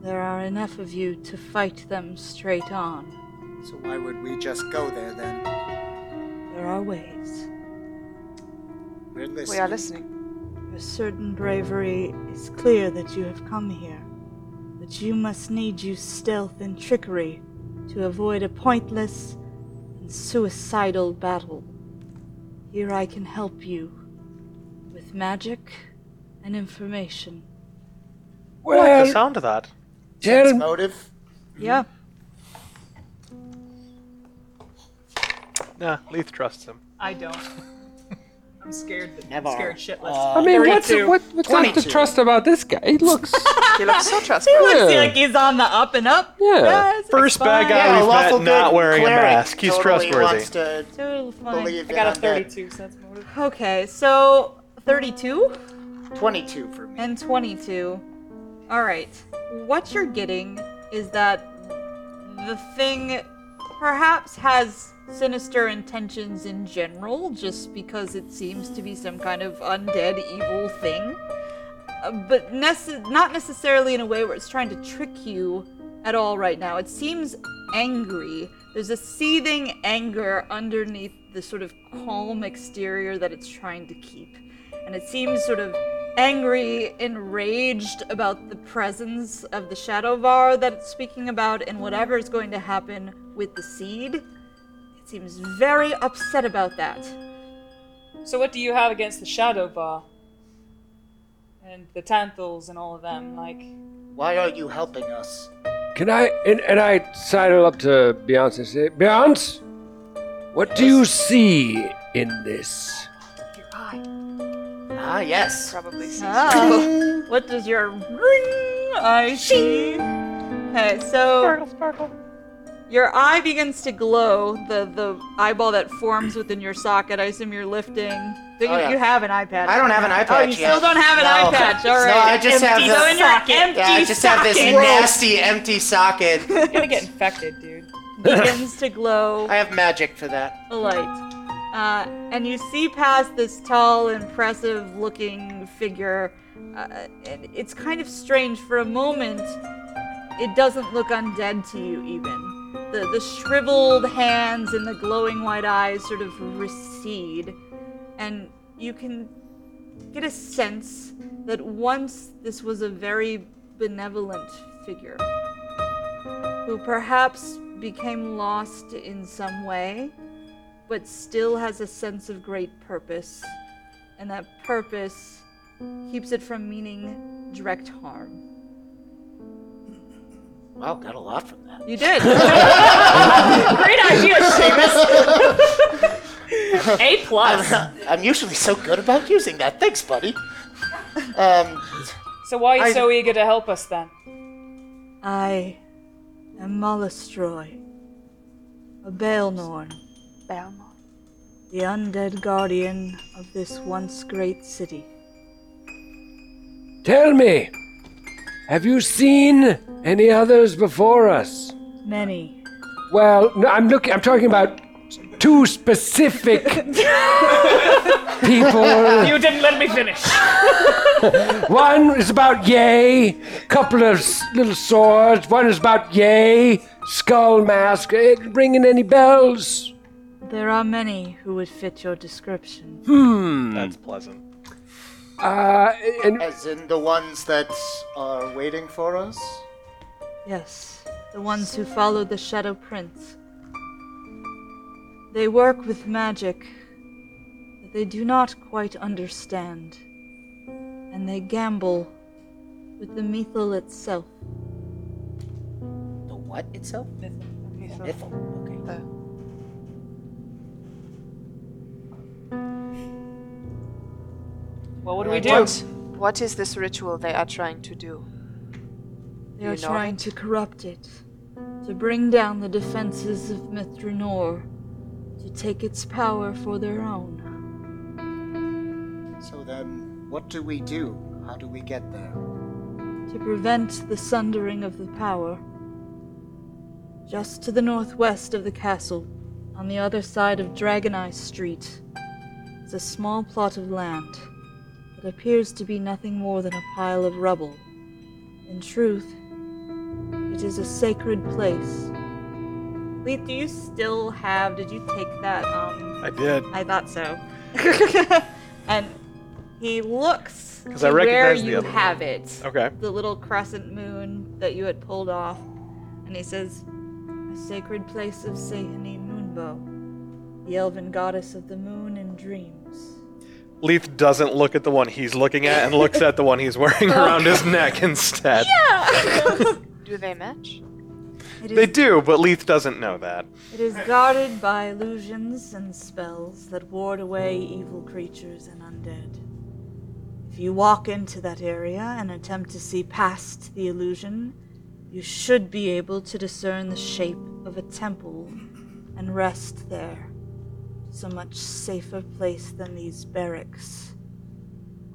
[SPEAKER 3] there are enough of you to fight them straight on.
[SPEAKER 6] it? So why would we just go there then?
[SPEAKER 3] There are ways.
[SPEAKER 6] We're listening.
[SPEAKER 2] We are listening.
[SPEAKER 3] Your certain bravery is clear that you have come here, but you must need use stealth and trickery to avoid a pointless and suicidal battle. Here I can help you with magic and information.
[SPEAKER 9] I like the
[SPEAKER 8] well,
[SPEAKER 9] sound of that.
[SPEAKER 6] Sense
[SPEAKER 8] tell,
[SPEAKER 6] motive?
[SPEAKER 3] Yeah.
[SPEAKER 9] Nah, Leith trusts him.
[SPEAKER 7] I don't. I'm scared.
[SPEAKER 6] Never.
[SPEAKER 7] scared shitless.
[SPEAKER 8] I mean, what's
[SPEAKER 7] 32.
[SPEAKER 8] what, what's not to
[SPEAKER 6] 22.
[SPEAKER 8] trust about this guy? He looks.
[SPEAKER 2] He looks so
[SPEAKER 3] He
[SPEAKER 2] trustworthy.
[SPEAKER 3] looks like he's on the up and up.
[SPEAKER 8] Yeah.
[SPEAKER 3] Yes,
[SPEAKER 9] First
[SPEAKER 3] it's
[SPEAKER 9] bad
[SPEAKER 3] fine.
[SPEAKER 9] guy
[SPEAKER 6] Yeah, a
[SPEAKER 9] we've
[SPEAKER 6] lawful
[SPEAKER 9] met not
[SPEAKER 6] good
[SPEAKER 9] wearing a
[SPEAKER 6] cleric
[SPEAKER 9] mask. He's
[SPEAKER 6] totally
[SPEAKER 9] trotworthy.
[SPEAKER 6] Wants to
[SPEAKER 3] Totally fine.
[SPEAKER 6] believe
[SPEAKER 7] I got a
[SPEAKER 6] in undead.
[SPEAKER 7] 32, so that's more.
[SPEAKER 3] Okay, so 32?
[SPEAKER 6] 22 for me.
[SPEAKER 3] and 22. All right. What you're getting is that the thing perhaps has sinister intentions in general, just because it seems to be some kind of undead evil thing. Uh, But nece- not necessarily in a way where it's trying to trick you at all right now. It seems angry. There's a seething anger underneath the sort of calm exterior that it's trying to keep. And it seems sort of angry, enraged about the presence of the Shadowvar that it's speaking about and whatever is going to happen with the seed. It seems very upset about that.
[SPEAKER 7] So what do you have against the Shadow Bar? And the Tanthals and all of them, like
[SPEAKER 6] Why are you helping us?
[SPEAKER 8] Can I? And, and I sidle up to Beyonce and say, Beyonce, what do you see in this?
[SPEAKER 6] Ah, yes.
[SPEAKER 2] Probably seed.
[SPEAKER 3] Ah, what does your ring Mm, I see? Okay, so your eye begins to glow. The the eyeball that forms within your socket. I assume you're lifting. So you,
[SPEAKER 6] Oh, yeah.
[SPEAKER 3] you have an eye patch.
[SPEAKER 6] I don't have an eye
[SPEAKER 3] Oh,
[SPEAKER 6] patch
[SPEAKER 3] you
[SPEAKER 6] yet.
[SPEAKER 3] still don't have an
[SPEAKER 6] No.
[SPEAKER 3] eye patch. All
[SPEAKER 6] No,
[SPEAKER 3] right.
[SPEAKER 6] I just have
[SPEAKER 3] empty
[SPEAKER 6] the-
[SPEAKER 3] so in your
[SPEAKER 7] socket.
[SPEAKER 3] empty
[SPEAKER 6] Yeah, I just have this
[SPEAKER 3] socket
[SPEAKER 6] nasty empty socket.
[SPEAKER 7] you're gonna get infected, dude.
[SPEAKER 3] begins to glow.
[SPEAKER 6] I have magic for that.
[SPEAKER 3] a light. Uh, and you see past this tall, impressive looking figure. Uh, and it's kind of strange. For a moment, it doesn't look undead to you, even. The, the shriveled hands and the glowing white eyes sort of recede. And you can get a sense that once this was a very benevolent figure who perhaps became lost in some way, but still has a sense of great purpose. And that purpose keeps it from meaning direct harm.
[SPEAKER 6] Wow, got a lot from that.
[SPEAKER 3] You did!
[SPEAKER 7] Great idea, Seamus. a plus.
[SPEAKER 6] I'm usually so good about using that. Thanks, buddy. Um,
[SPEAKER 7] So why are you so eager to help us then?
[SPEAKER 3] I am Mollustroy, a Baelnorn,
[SPEAKER 2] Belmont.
[SPEAKER 3] the undead guardian of this once great city.
[SPEAKER 8] Tell me, have you seen any others before us?
[SPEAKER 3] Many.
[SPEAKER 8] Well, no, I'm looking. I'm talking about two specific people.
[SPEAKER 7] You didn't let me finish.
[SPEAKER 8] One is about yay, couple of s- little swords. One is about yay, skull mask. Eh, Ringing any bells?
[SPEAKER 3] There are many who would fit your description.
[SPEAKER 6] Hmm.
[SPEAKER 9] That's pleasant.
[SPEAKER 8] Uh, and
[SPEAKER 6] as in the ones that are waiting for us.
[SPEAKER 3] Yes, the ones who follow the Shadow Prince. They work with magic that they do not quite understand, and they gamble with the methyl itself.
[SPEAKER 6] The what itself? Mythal. Okay.
[SPEAKER 7] What would we do?
[SPEAKER 2] What, what is this ritual they are trying to do?
[SPEAKER 3] They
[SPEAKER 2] You
[SPEAKER 3] are
[SPEAKER 2] know
[SPEAKER 3] trying
[SPEAKER 2] it.
[SPEAKER 3] to corrupt it, to bring down the defenses of Mithranor, to take its power for their own.
[SPEAKER 6] So then, what do we do? How do we get there?
[SPEAKER 3] to prevent the sundering of the power. Just to the northwest of the castle, on the other side of Dragon Eye Street, is a small plot of land that appears to be nothing more than a pile of rubble. In truth, it is a sacred place. Leith, do you still have? Did you take that? Um,
[SPEAKER 9] I did.
[SPEAKER 3] I thought so. and he looks
[SPEAKER 9] 'Cause I to where recognize the you other one.
[SPEAKER 3] have it
[SPEAKER 9] Okay.
[SPEAKER 3] the little crescent moon that you had pulled off, and he says, "A sacred place of Sehene Moonbow, the elven goddess of the moon and dreams."
[SPEAKER 9] Leith doesn't look at the one he's looking at and looks at the one he's wearing around his neck instead.
[SPEAKER 2] Do they match?
[SPEAKER 3] It
[SPEAKER 9] They
[SPEAKER 3] is,
[SPEAKER 9] do, but Leith doesn't know that.
[SPEAKER 3] it is guarded by illusions and spells that ward away evil creatures and undead. If you walk into that area and attempt to see past the illusion, you should be able to discern the shape of a temple and rest there. It's a much safer place than these barracks.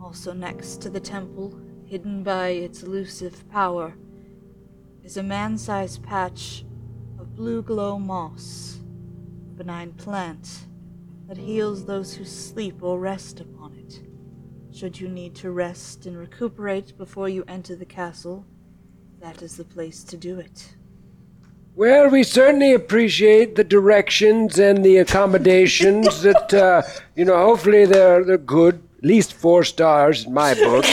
[SPEAKER 3] Also, next to the temple, hidden by its elusive power, is a man sized patch of blue glow moss, a benign plant that heals those who sleep or rest upon it. Should you need to rest and recuperate before you enter the castle, that is the place to do it.
[SPEAKER 8] well, we certainly appreciate the directions and the accommodations that uh, you know. Hopefully, they're they're good. At least four stars in my book.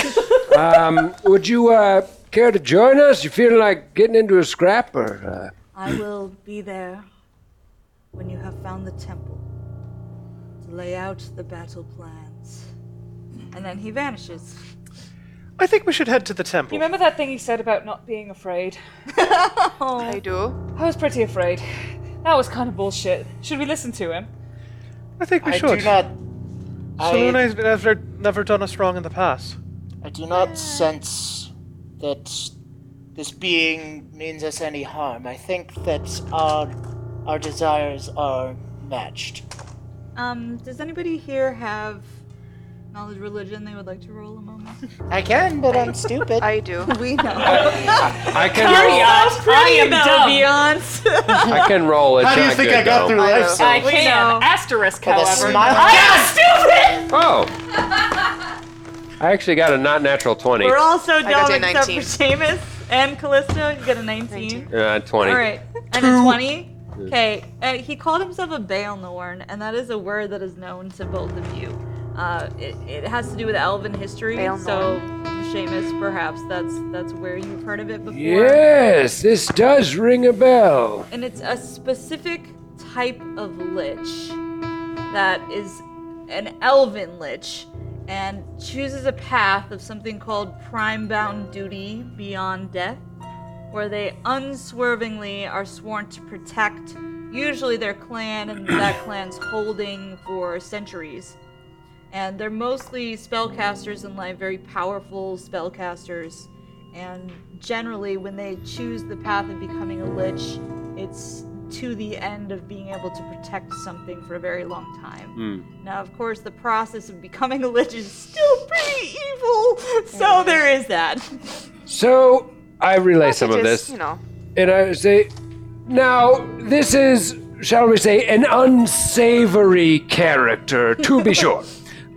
[SPEAKER 8] Um, would you uh, care to join us? You feeling like getting into a scrap or? Uh,
[SPEAKER 3] I will be there when you have found the temple to lay out the battle plans. And then he vanishes.
[SPEAKER 9] I think we should head to the temple.
[SPEAKER 7] You remember that thing he said about not being afraid?
[SPEAKER 3] Uh,
[SPEAKER 2] I do.
[SPEAKER 7] I was pretty afraid. That was kind of bullshit. Should we listen to him?
[SPEAKER 9] I think we
[SPEAKER 6] I
[SPEAKER 9] should.
[SPEAKER 6] do not.
[SPEAKER 9] Saloon
[SPEAKER 6] I,
[SPEAKER 9] has never, never done us wrong in the past.
[SPEAKER 6] I do not sense that this being means us any harm. I think that our our desires are matched.
[SPEAKER 3] Um, does anybody here have knowledge religion they would like to roll a moment?
[SPEAKER 6] I can, but I'm stupid.
[SPEAKER 2] I do.
[SPEAKER 3] We know.
[SPEAKER 4] I can. Roll,
[SPEAKER 7] I am dumb.
[SPEAKER 4] I can roll it.
[SPEAKER 6] How do you
[SPEAKER 4] not
[SPEAKER 6] think
[SPEAKER 4] good,
[SPEAKER 6] I got
[SPEAKER 4] though.
[SPEAKER 6] through
[SPEAKER 2] I
[SPEAKER 6] life?
[SPEAKER 2] will.
[SPEAKER 6] so-
[SPEAKER 7] I can.
[SPEAKER 3] know.
[SPEAKER 7] Asterisk,
[SPEAKER 6] With a
[SPEAKER 7] however.
[SPEAKER 6] smile.
[SPEAKER 4] Oh. I actually got a not natural 20.
[SPEAKER 3] We're all so
[SPEAKER 2] got
[SPEAKER 3] dumb
[SPEAKER 2] a
[SPEAKER 3] except
[SPEAKER 2] 19.
[SPEAKER 3] for Seamus and Callisto. You got a 19.
[SPEAKER 4] Uh, 20.
[SPEAKER 3] All right. And a 20. Okay. Uh, he called himself a Baelnorn, and that is a word that is known to both of you. Uh, it, it has to do with elven history,
[SPEAKER 2] Vale
[SPEAKER 3] so Seamus, perhaps that's that's where you've heard of it before.
[SPEAKER 8] Yes, this does ring a bell.
[SPEAKER 3] and it's a specific type of lich that is an elven lich and chooses a path of something called prime bound duty beyond death where they unswervingly are sworn to protect usually their clan and that clan's holding for centuries and they're mostly spellcasters and like very powerful spellcasters and generally when they choose the path of becoming a lich it's to the end of being able to protect something for a very long time now of course the process of becoming a lich is still pretty evil so there is that
[SPEAKER 8] So I relay some of
[SPEAKER 2] Which is,
[SPEAKER 8] this,
[SPEAKER 2] You know,
[SPEAKER 8] and I say, now this is, shall we say, an unsavory character to be sure,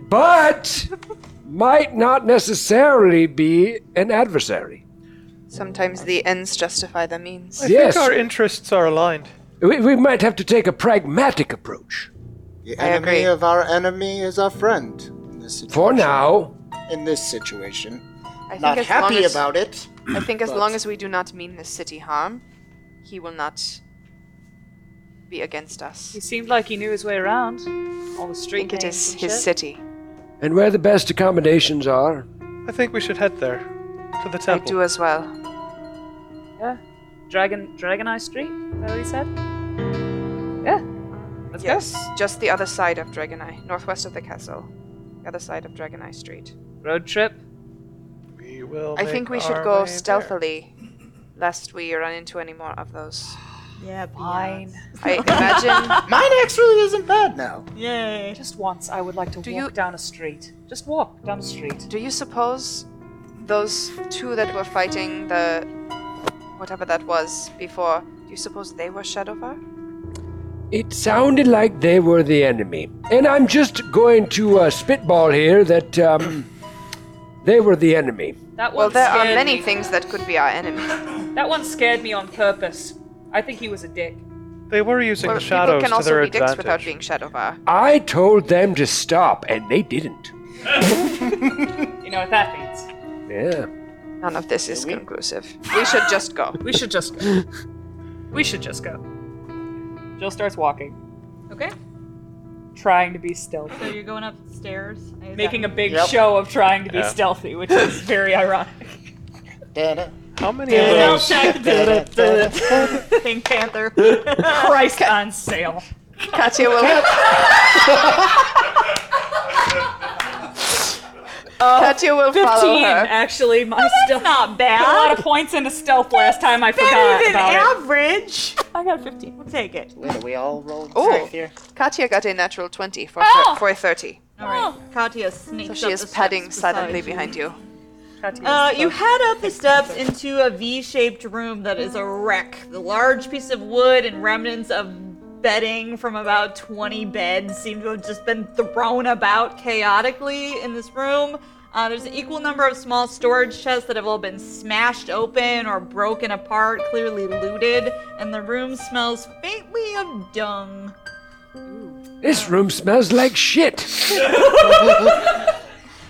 [SPEAKER 8] but might not necessarily be an adversary.
[SPEAKER 2] sometimes the ends justify the means.
[SPEAKER 5] I
[SPEAKER 8] Yes.
[SPEAKER 5] think our interests are aligned.
[SPEAKER 8] We, we might have to take a pragmatic approach
[SPEAKER 6] The
[SPEAKER 2] I
[SPEAKER 6] enemy
[SPEAKER 2] agree.
[SPEAKER 6] of our enemy is our friend in this situation.
[SPEAKER 8] for now.
[SPEAKER 6] In this situation.
[SPEAKER 2] I think
[SPEAKER 6] Not
[SPEAKER 2] as long
[SPEAKER 6] happy
[SPEAKER 2] as,
[SPEAKER 6] about it.
[SPEAKER 2] I think as
[SPEAKER 6] but-
[SPEAKER 2] long as we do not mean this city harm, he will not be against us.
[SPEAKER 7] He seemed like he knew his way around. All the
[SPEAKER 2] I
[SPEAKER 7] street
[SPEAKER 2] think it
[SPEAKER 7] names
[SPEAKER 2] is
[SPEAKER 7] and
[SPEAKER 2] his
[SPEAKER 7] shit.
[SPEAKER 2] city.
[SPEAKER 8] And where the best accommodations are,
[SPEAKER 5] I think we should head there, to the
[SPEAKER 2] I
[SPEAKER 5] temple.
[SPEAKER 2] do as well.
[SPEAKER 7] Yeah. Dragon Dragon Eye Street? Is that what he said? Yeah. Let's
[SPEAKER 2] Yes, just the other side of Dragon Eye, northwest of the castle. The other side of Dragon Eye Street.
[SPEAKER 7] go. Road trip.
[SPEAKER 5] We will
[SPEAKER 2] I think we
[SPEAKER 5] make
[SPEAKER 2] should
[SPEAKER 5] our
[SPEAKER 2] go
[SPEAKER 5] way there.
[SPEAKER 2] stealthily, lest we run into any more of those.
[SPEAKER 3] yeah
[SPEAKER 2] I imagine.
[SPEAKER 6] Mine actually isn't bad now.
[SPEAKER 3] yay
[SPEAKER 7] Just once I would like to
[SPEAKER 2] Do
[SPEAKER 7] walk
[SPEAKER 2] you-
[SPEAKER 7] down a street. Just walk down a street.
[SPEAKER 2] Do you suppose those two that were fighting the. whatever that was before, do you suppose they were Shadowvar?
[SPEAKER 8] It sounded like they were the enemy. And I'm just going to uh, spitball here that um, they were the enemy.
[SPEAKER 7] That one
[SPEAKER 2] Well, there are
[SPEAKER 7] scared
[SPEAKER 2] many
[SPEAKER 7] me.
[SPEAKER 2] things that could be our enemies.
[SPEAKER 7] That one scared me on purpose. I think he was a dick.
[SPEAKER 5] They were using
[SPEAKER 2] Well,
[SPEAKER 5] the shadows
[SPEAKER 2] people can
[SPEAKER 5] to their
[SPEAKER 2] also be dicks
[SPEAKER 5] advantage.
[SPEAKER 2] without being Shadowvar.
[SPEAKER 8] I told them to stop, and they didn't.
[SPEAKER 7] You know what that means.
[SPEAKER 8] Yeah.
[SPEAKER 2] None of this is conclusive. We should just go.
[SPEAKER 7] We should just go. we should just go. Jill starts walking,
[SPEAKER 3] okay
[SPEAKER 7] trying to be stealthy.
[SPEAKER 3] so you're going upstairs Is that-
[SPEAKER 7] Making a big
[SPEAKER 6] Yep.
[SPEAKER 7] show of trying to be
[SPEAKER 5] Yeah.
[SPEAKER 7] stealthy, which is very ironic.
[SPEAKER 6] Dana.
[SPEAKER 5] How many of those?
[SPEAKER 3] Pink Panther.
[SPEAKER 7] Price on sale.
[SPEAKER 2] Katya will. Katya will follow
[SPEAKER 7] 15,
[SPEAKER 2] her.
[SPEAKER 7] actually.
[SPEAKER 3] Oh,
[SPEAKER 7] My
[SPEAKER 3] not
[SPEAKER 7] stealth. I got a lot
[SPEAKER 3] bad
[SPEAKER 7] of points into stealth last time. I
[SPEAKER 3] better
[SPEAKER 7] forgot
[SPEAKER 3] than
[SPEAKER 7] about it.
[SPEAKER 3] average
[SPEAKER 7] I got 15.
[SPEAKER 3] we'll take it
[SPEAKER 6] Wait, are we all rolled
[SPEAKER 2] Ooh.
[SPEAKER 6] back here?
[SPEAKER 2] Katya got a natural 20 for,
[SPEAKER 7] Oh!
[SPEAKER 2] for a 30.
[SPEAKER 3] all right Katya sneaks
[SPEAKER 2] So
[SPEAKER 3] up
[SPEAKER 2] she is
[SPEAKER 3] the steps
[SPEAKER 2] padding
[SPEAKER 3] beside
[SPEAKER 2] silently
[SPEAKER 3] you.
[SPEAKER 2] behind you.
[SPEAKER 3] Uh, you head up the steps into a V-shaped room that is a wreck. The large piece of wood and remnants of bedding from about 20 beds seem to have just been thrown about chaotically in this room. Uh, there's an equal number of small storage chests that have all been smashed open or broken apart, clearly looted, and the room smells faintly of dung.
[SPEAKER 8] This room smells like shit.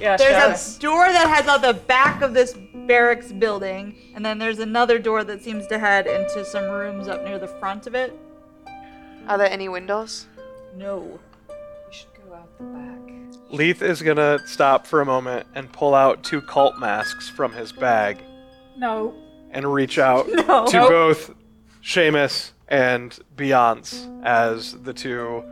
[SPEAKER 7] Yeah,
[SPEAKER 3] There's a door that heads out the back of this barracks building, and then there's another door that seems to head into some rooms up near the front of it.
[SPEAKER 2] Are there any windows?
[SPEAKER 3] No.
[SPEAKER 9] Leith is gonna stop for a moment and pull out two cult masks from his bag
[SPEAKER 7] No.
[SPEAKER 9] and reach out to
[SPEAKER 7] Nope.
[SPEAKER 9] both Seamus and Beyonce as the two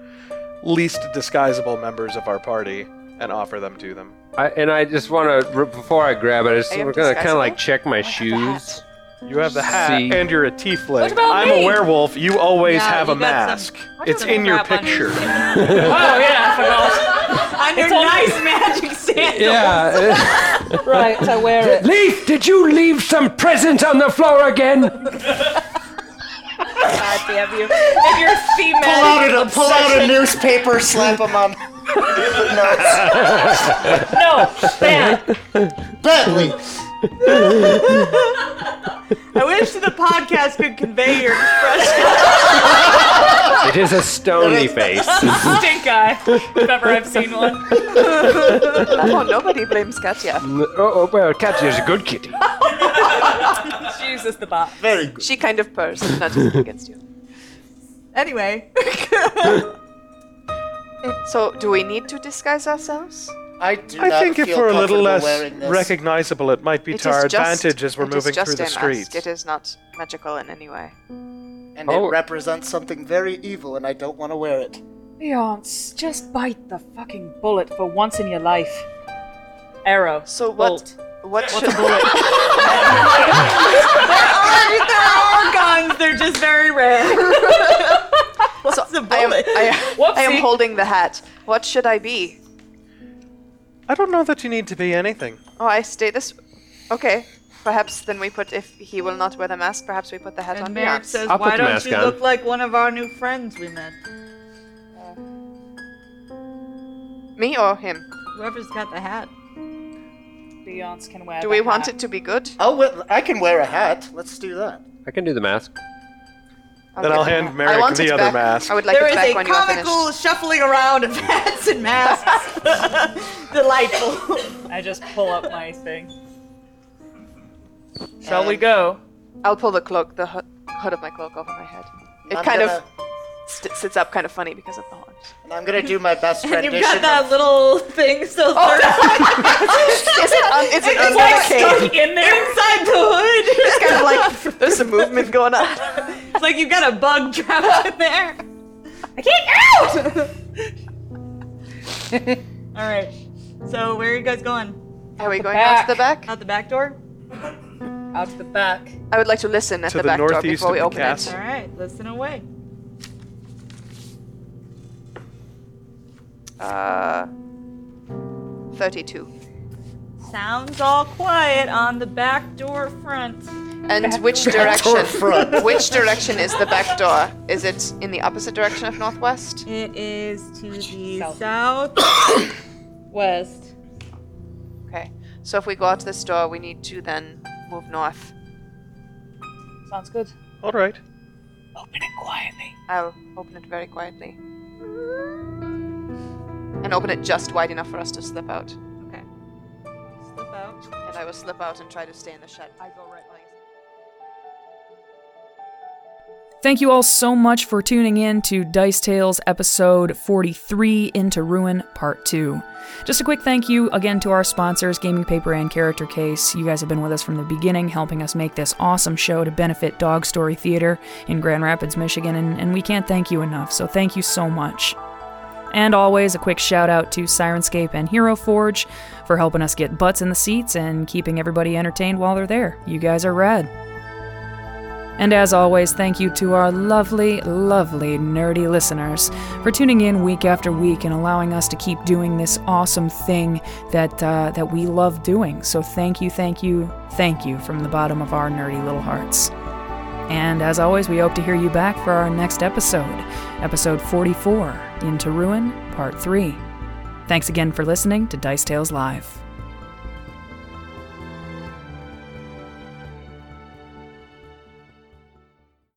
[SPEAKER 9] least disguisable members of our party and offer them to them.
[SPEAKER 4] I, and I just want to, before I grab it, I just
[SPEAKER 2] I am
[SPEAKER 4] want to kind of
[SPEAKER 2] disguisable.
[SPEAKER 4] like check my shoes.
[SPEAKER 9] You have the hat
[SPEAKER 4] See.
[SPEAKER 9] and you're a tiefling.
[SPEAKER 7] about
[SPEAKER 9] I'm
[SPEAKER 7] me?
[SPEAKER 9] a werewolf. You always
[SPEAKER 3] Yeah,
[SPEAKER 9] have
[SPEAKER 3] you
[SPEAKER 9] a
[SPEAKER 3] got
[SPEAKER 9] mask.
[SPEAKER 3] some-
[SPEAKER 9] It's in your picture.
[SPEAKER 7] Oh, yeah, I
[SPEAKER 3] Under
[SPEAKER 7] only-
[SPEAKER 3] nice magic sand.
[SPEAKER 4] Yeah.
[SPEAKER 7] forgot. right, I wear it.
[SPEAKER 8] Leaf, did you leave some presents on the floor again?
[SPEAKER 7] God damn you. If you're female.
[SPEAKER 6] Pull out, a, pull out a newspaper, slap him on the
[SPEAKER 7] No, bad.
[SPEAKER 6] nose. Badly.
[SPEAKER 3] I wish the podcast could convey your expression.
[SPEAKER 4] It is a stony face.
[SPEAKER 7] Stink eye, if ever I've seen one.
[SPEAKER 2] Oh, nobody blames Katya.
[SPEAKER 8] Oh, oh well, Katya's a good kitty.
[SPEAKER 7] She uses the bot.
[SPEAKER 6] Very good.
[SPEAKER 2] She kind of purrs, not just against you.
[SPEAKER 3] Anyway.
[SPEAKER 2] So, do we need to disguise ourselves?
[SPEAKER 6] I do
[SPEAKER 9] I
[SPEAKER 6] not
[SPEAKER 9] think if
[SPEAKER 6] feel
[SPEAKER 9] we're a little
[SPEAKER 6] comfortable
[SPEAKER 9] less
[SPEAKER 6] wearing this.
[SPEAKER 9] recognizable, it might be
[SPEAKER 2] It
[SPEAKER 9] to
[SPEAKER 2] is
[SPEAKER 9] our
[SPEAKER 2] just-
[SPEAKER 9] advantage as we're
[SPEAKER 2] it is
[SPEAKER 9] moving
[SPEAKER 2] just
[SPEAKER 9] through
[SPEAKER 2] a
[SPEAKER 9] the
[SPEAKER 2] mask.
[SPEAKER 9] streets.
[SPEAKER 2] It is not magical in any way.
[SPEAKER 6] and
[SPEAKER 4] Oh.
[SPEAKER 6] it represents something very evil, and I don't want to wear it.
[SPEAKER 7] Leonce, just bite the fucking bullet for once in your life. Arrow.
[SPEAKER 2] So what? What should?
[SPEAKER 3] Our guns, they're just very rare.
[SPEAKER 2] so I am, I,
[SPEAKER 7] Whoopsie.
[SPEAKER 2] I am holding the hat. What should I be?
[SPEAKER 9] I don't know that you need to be anything.
[SPEAKER 2] Oh, I stay this. Okay. Perhaps then we put if he will not wear the mask. Perhaps we put the hat on.
[SPEAKER 3] And
[SPEAKER 2] Beyonce.
[SPEAKER 3] Merrick says,
[SPEAKER 4] I'll put
[SPEAKER 3] why
[SPEAKER 4] the
[SPEAKER 3] don't
[SPEAKER 4] mask
[SPEAKER 3] you
[SPEAKER 4] on."
[SPEAKER 3] look like one of our new friends we met?
[SPEAKER 2] Me or him?
[SPEAKER 3] Whoever's got the hat.
[SPEAKER 7] Leonce can wear
[SPEAKER 2] Do
[SPEAKER 7] the
[SPEAKER 2] we want
[SPEAKER 7] hat.
[SPEAKER 2] it to be good?
[SPEAKER 6] I'll wear, I can wear a hat. Let's do that.
[SPEAKER 4] I can do the mask.
[SPEAKER 9] Then I'll
[SPEAKER 2] give it
[SPEAKER 9] hand
[SPEAKER 2] back. I
[SPEAKER 9] Merrick
[SPEAKER 2] want
[SPEAKER 9] the
[SPEAKER 2] it
[SPEAKER 9] other
[SPEAKER 2] back.
[SPEAKER 9] mask.
[SPEAKER 2] I would like
[SPEAKER 3] there
[SPEAKER 2] it back
[SPEAKER 3] is a
[SPEAKER 2] when you are
[SPEAKER 3] comical
[SPEAKER 2] finished.
[SPEAKER 3] shuffling around of hats and masks. Delightful.
[SPEAKER 7] I just pull up my thing. Shall we go?
[SPEAKER 2] I'll pull the cloak, the hood, hood of my cloak over my head. It
[SPEAKER 6] I'm
[SPEAKER 2] kind
[SPEAKER 6] gonna-
[SPEAKER 2] of st- sits up, kind of funny because of the horns.
[SPEAKER 6] And I'm gonna do my best
[SPEAKER 3] And
[SPEAKER 6] rendition.
[SPEAKER 3] you've got
[SPEAKER 6] of-
[SPEAKER 3] that little thing still
[SPEAKER 7] Oh,
[SPEAKER 2] Is it? Un- is it
[SPEAKER 3] It's
[SPEAKER 2] under
[SPEAKER 3] like
[SPEAKER 2] the cape?
[SPEAKER 7] Stuck in there?
[SPEAKER 3] inside the hood.
[SPEAKER 2] It's kind of like there's a movement going on.
[SPEAKER 3] It's like you've got a bug trapped in there. I can't get out! Alright. So, where are you guys going?
[SPEAKER 2] Are we going out to the back?
[SPEAKER 3] Out the back door?
[SPEAKER 7] Out the back.
[SPEAKER 2] I would like to listen at
[SPEAKER 9] To
[SPEAKER 2] the,
[SPEAKER 9] the
[SPEAKER 2] back door
[SPEAKER 9] northeast
[SPEAKER 2] before
[SPEAKER 9] of
[SPEAKER 2] we
[SPEAKER 9] the
[SPEAKER 2] open
[SPEAKER 9] castle.
[SPEAKER 3] Alright, listen away.
[SPEAKER 2] it. Uh, thirty-two.
[SPEAKER 3] Sounds all quiet on the back door front.
[SPEAKER 2] And which
[SPEAKER 6] Or
[SPEAKER 2] direction?
[SPEAKER 6] front.
[SPEAKER 2] Which direction is the back door? Is it in the opposite direction of northwest?
[SPEAKER 3] It is to the
[SPEAKER 7] South.
[SPEAKER 3] south west.
[SPEAKER 2] Okay. So if we go out to this door, we need to then move north.
[SPEAKER 7] Sounds good.
[SPEAKER 9] All right.
[SPEAKER 7] Open it quietly.
[SPEAKER 2] I'll open it very quietly. And open it just wide enough for us to slip out.
[SPEAKER 3] Okay. Slip out.
[SPEAKER 2] And I will slip out and try to stay in the shed. I go right like
[SPEAKER 1] Thank you all so much for tuning in to Dice Tales episode 43 Into Ruin Part 2. Just a quick thank you again to our sponsors, Gaming Paper and Character Case. You guys have been with us from the beginning, helping us make this awesome show to benefit Dog Story Theater in Grand Rapids, Michigan, and, and we can't thank you enough, so thank you so much. And always a quick shout out to Sirenscape and Hero Forge for helping us get butts in the seats and keeping everybody entertained while they're there. You guys are rad. And as always, thank you to our lovely, lovely nerdy listeners for tuning in week after week and allowing us to keep doing this awesome thing that uh, that we love doing. So thank you, thank you, thank you from the bottom of our nerdy little hearts. And as always, we hope to hear you back for our next episode, episode 44, Into Ruin, Part 3. Thanks again for listening to Dice Tales Live.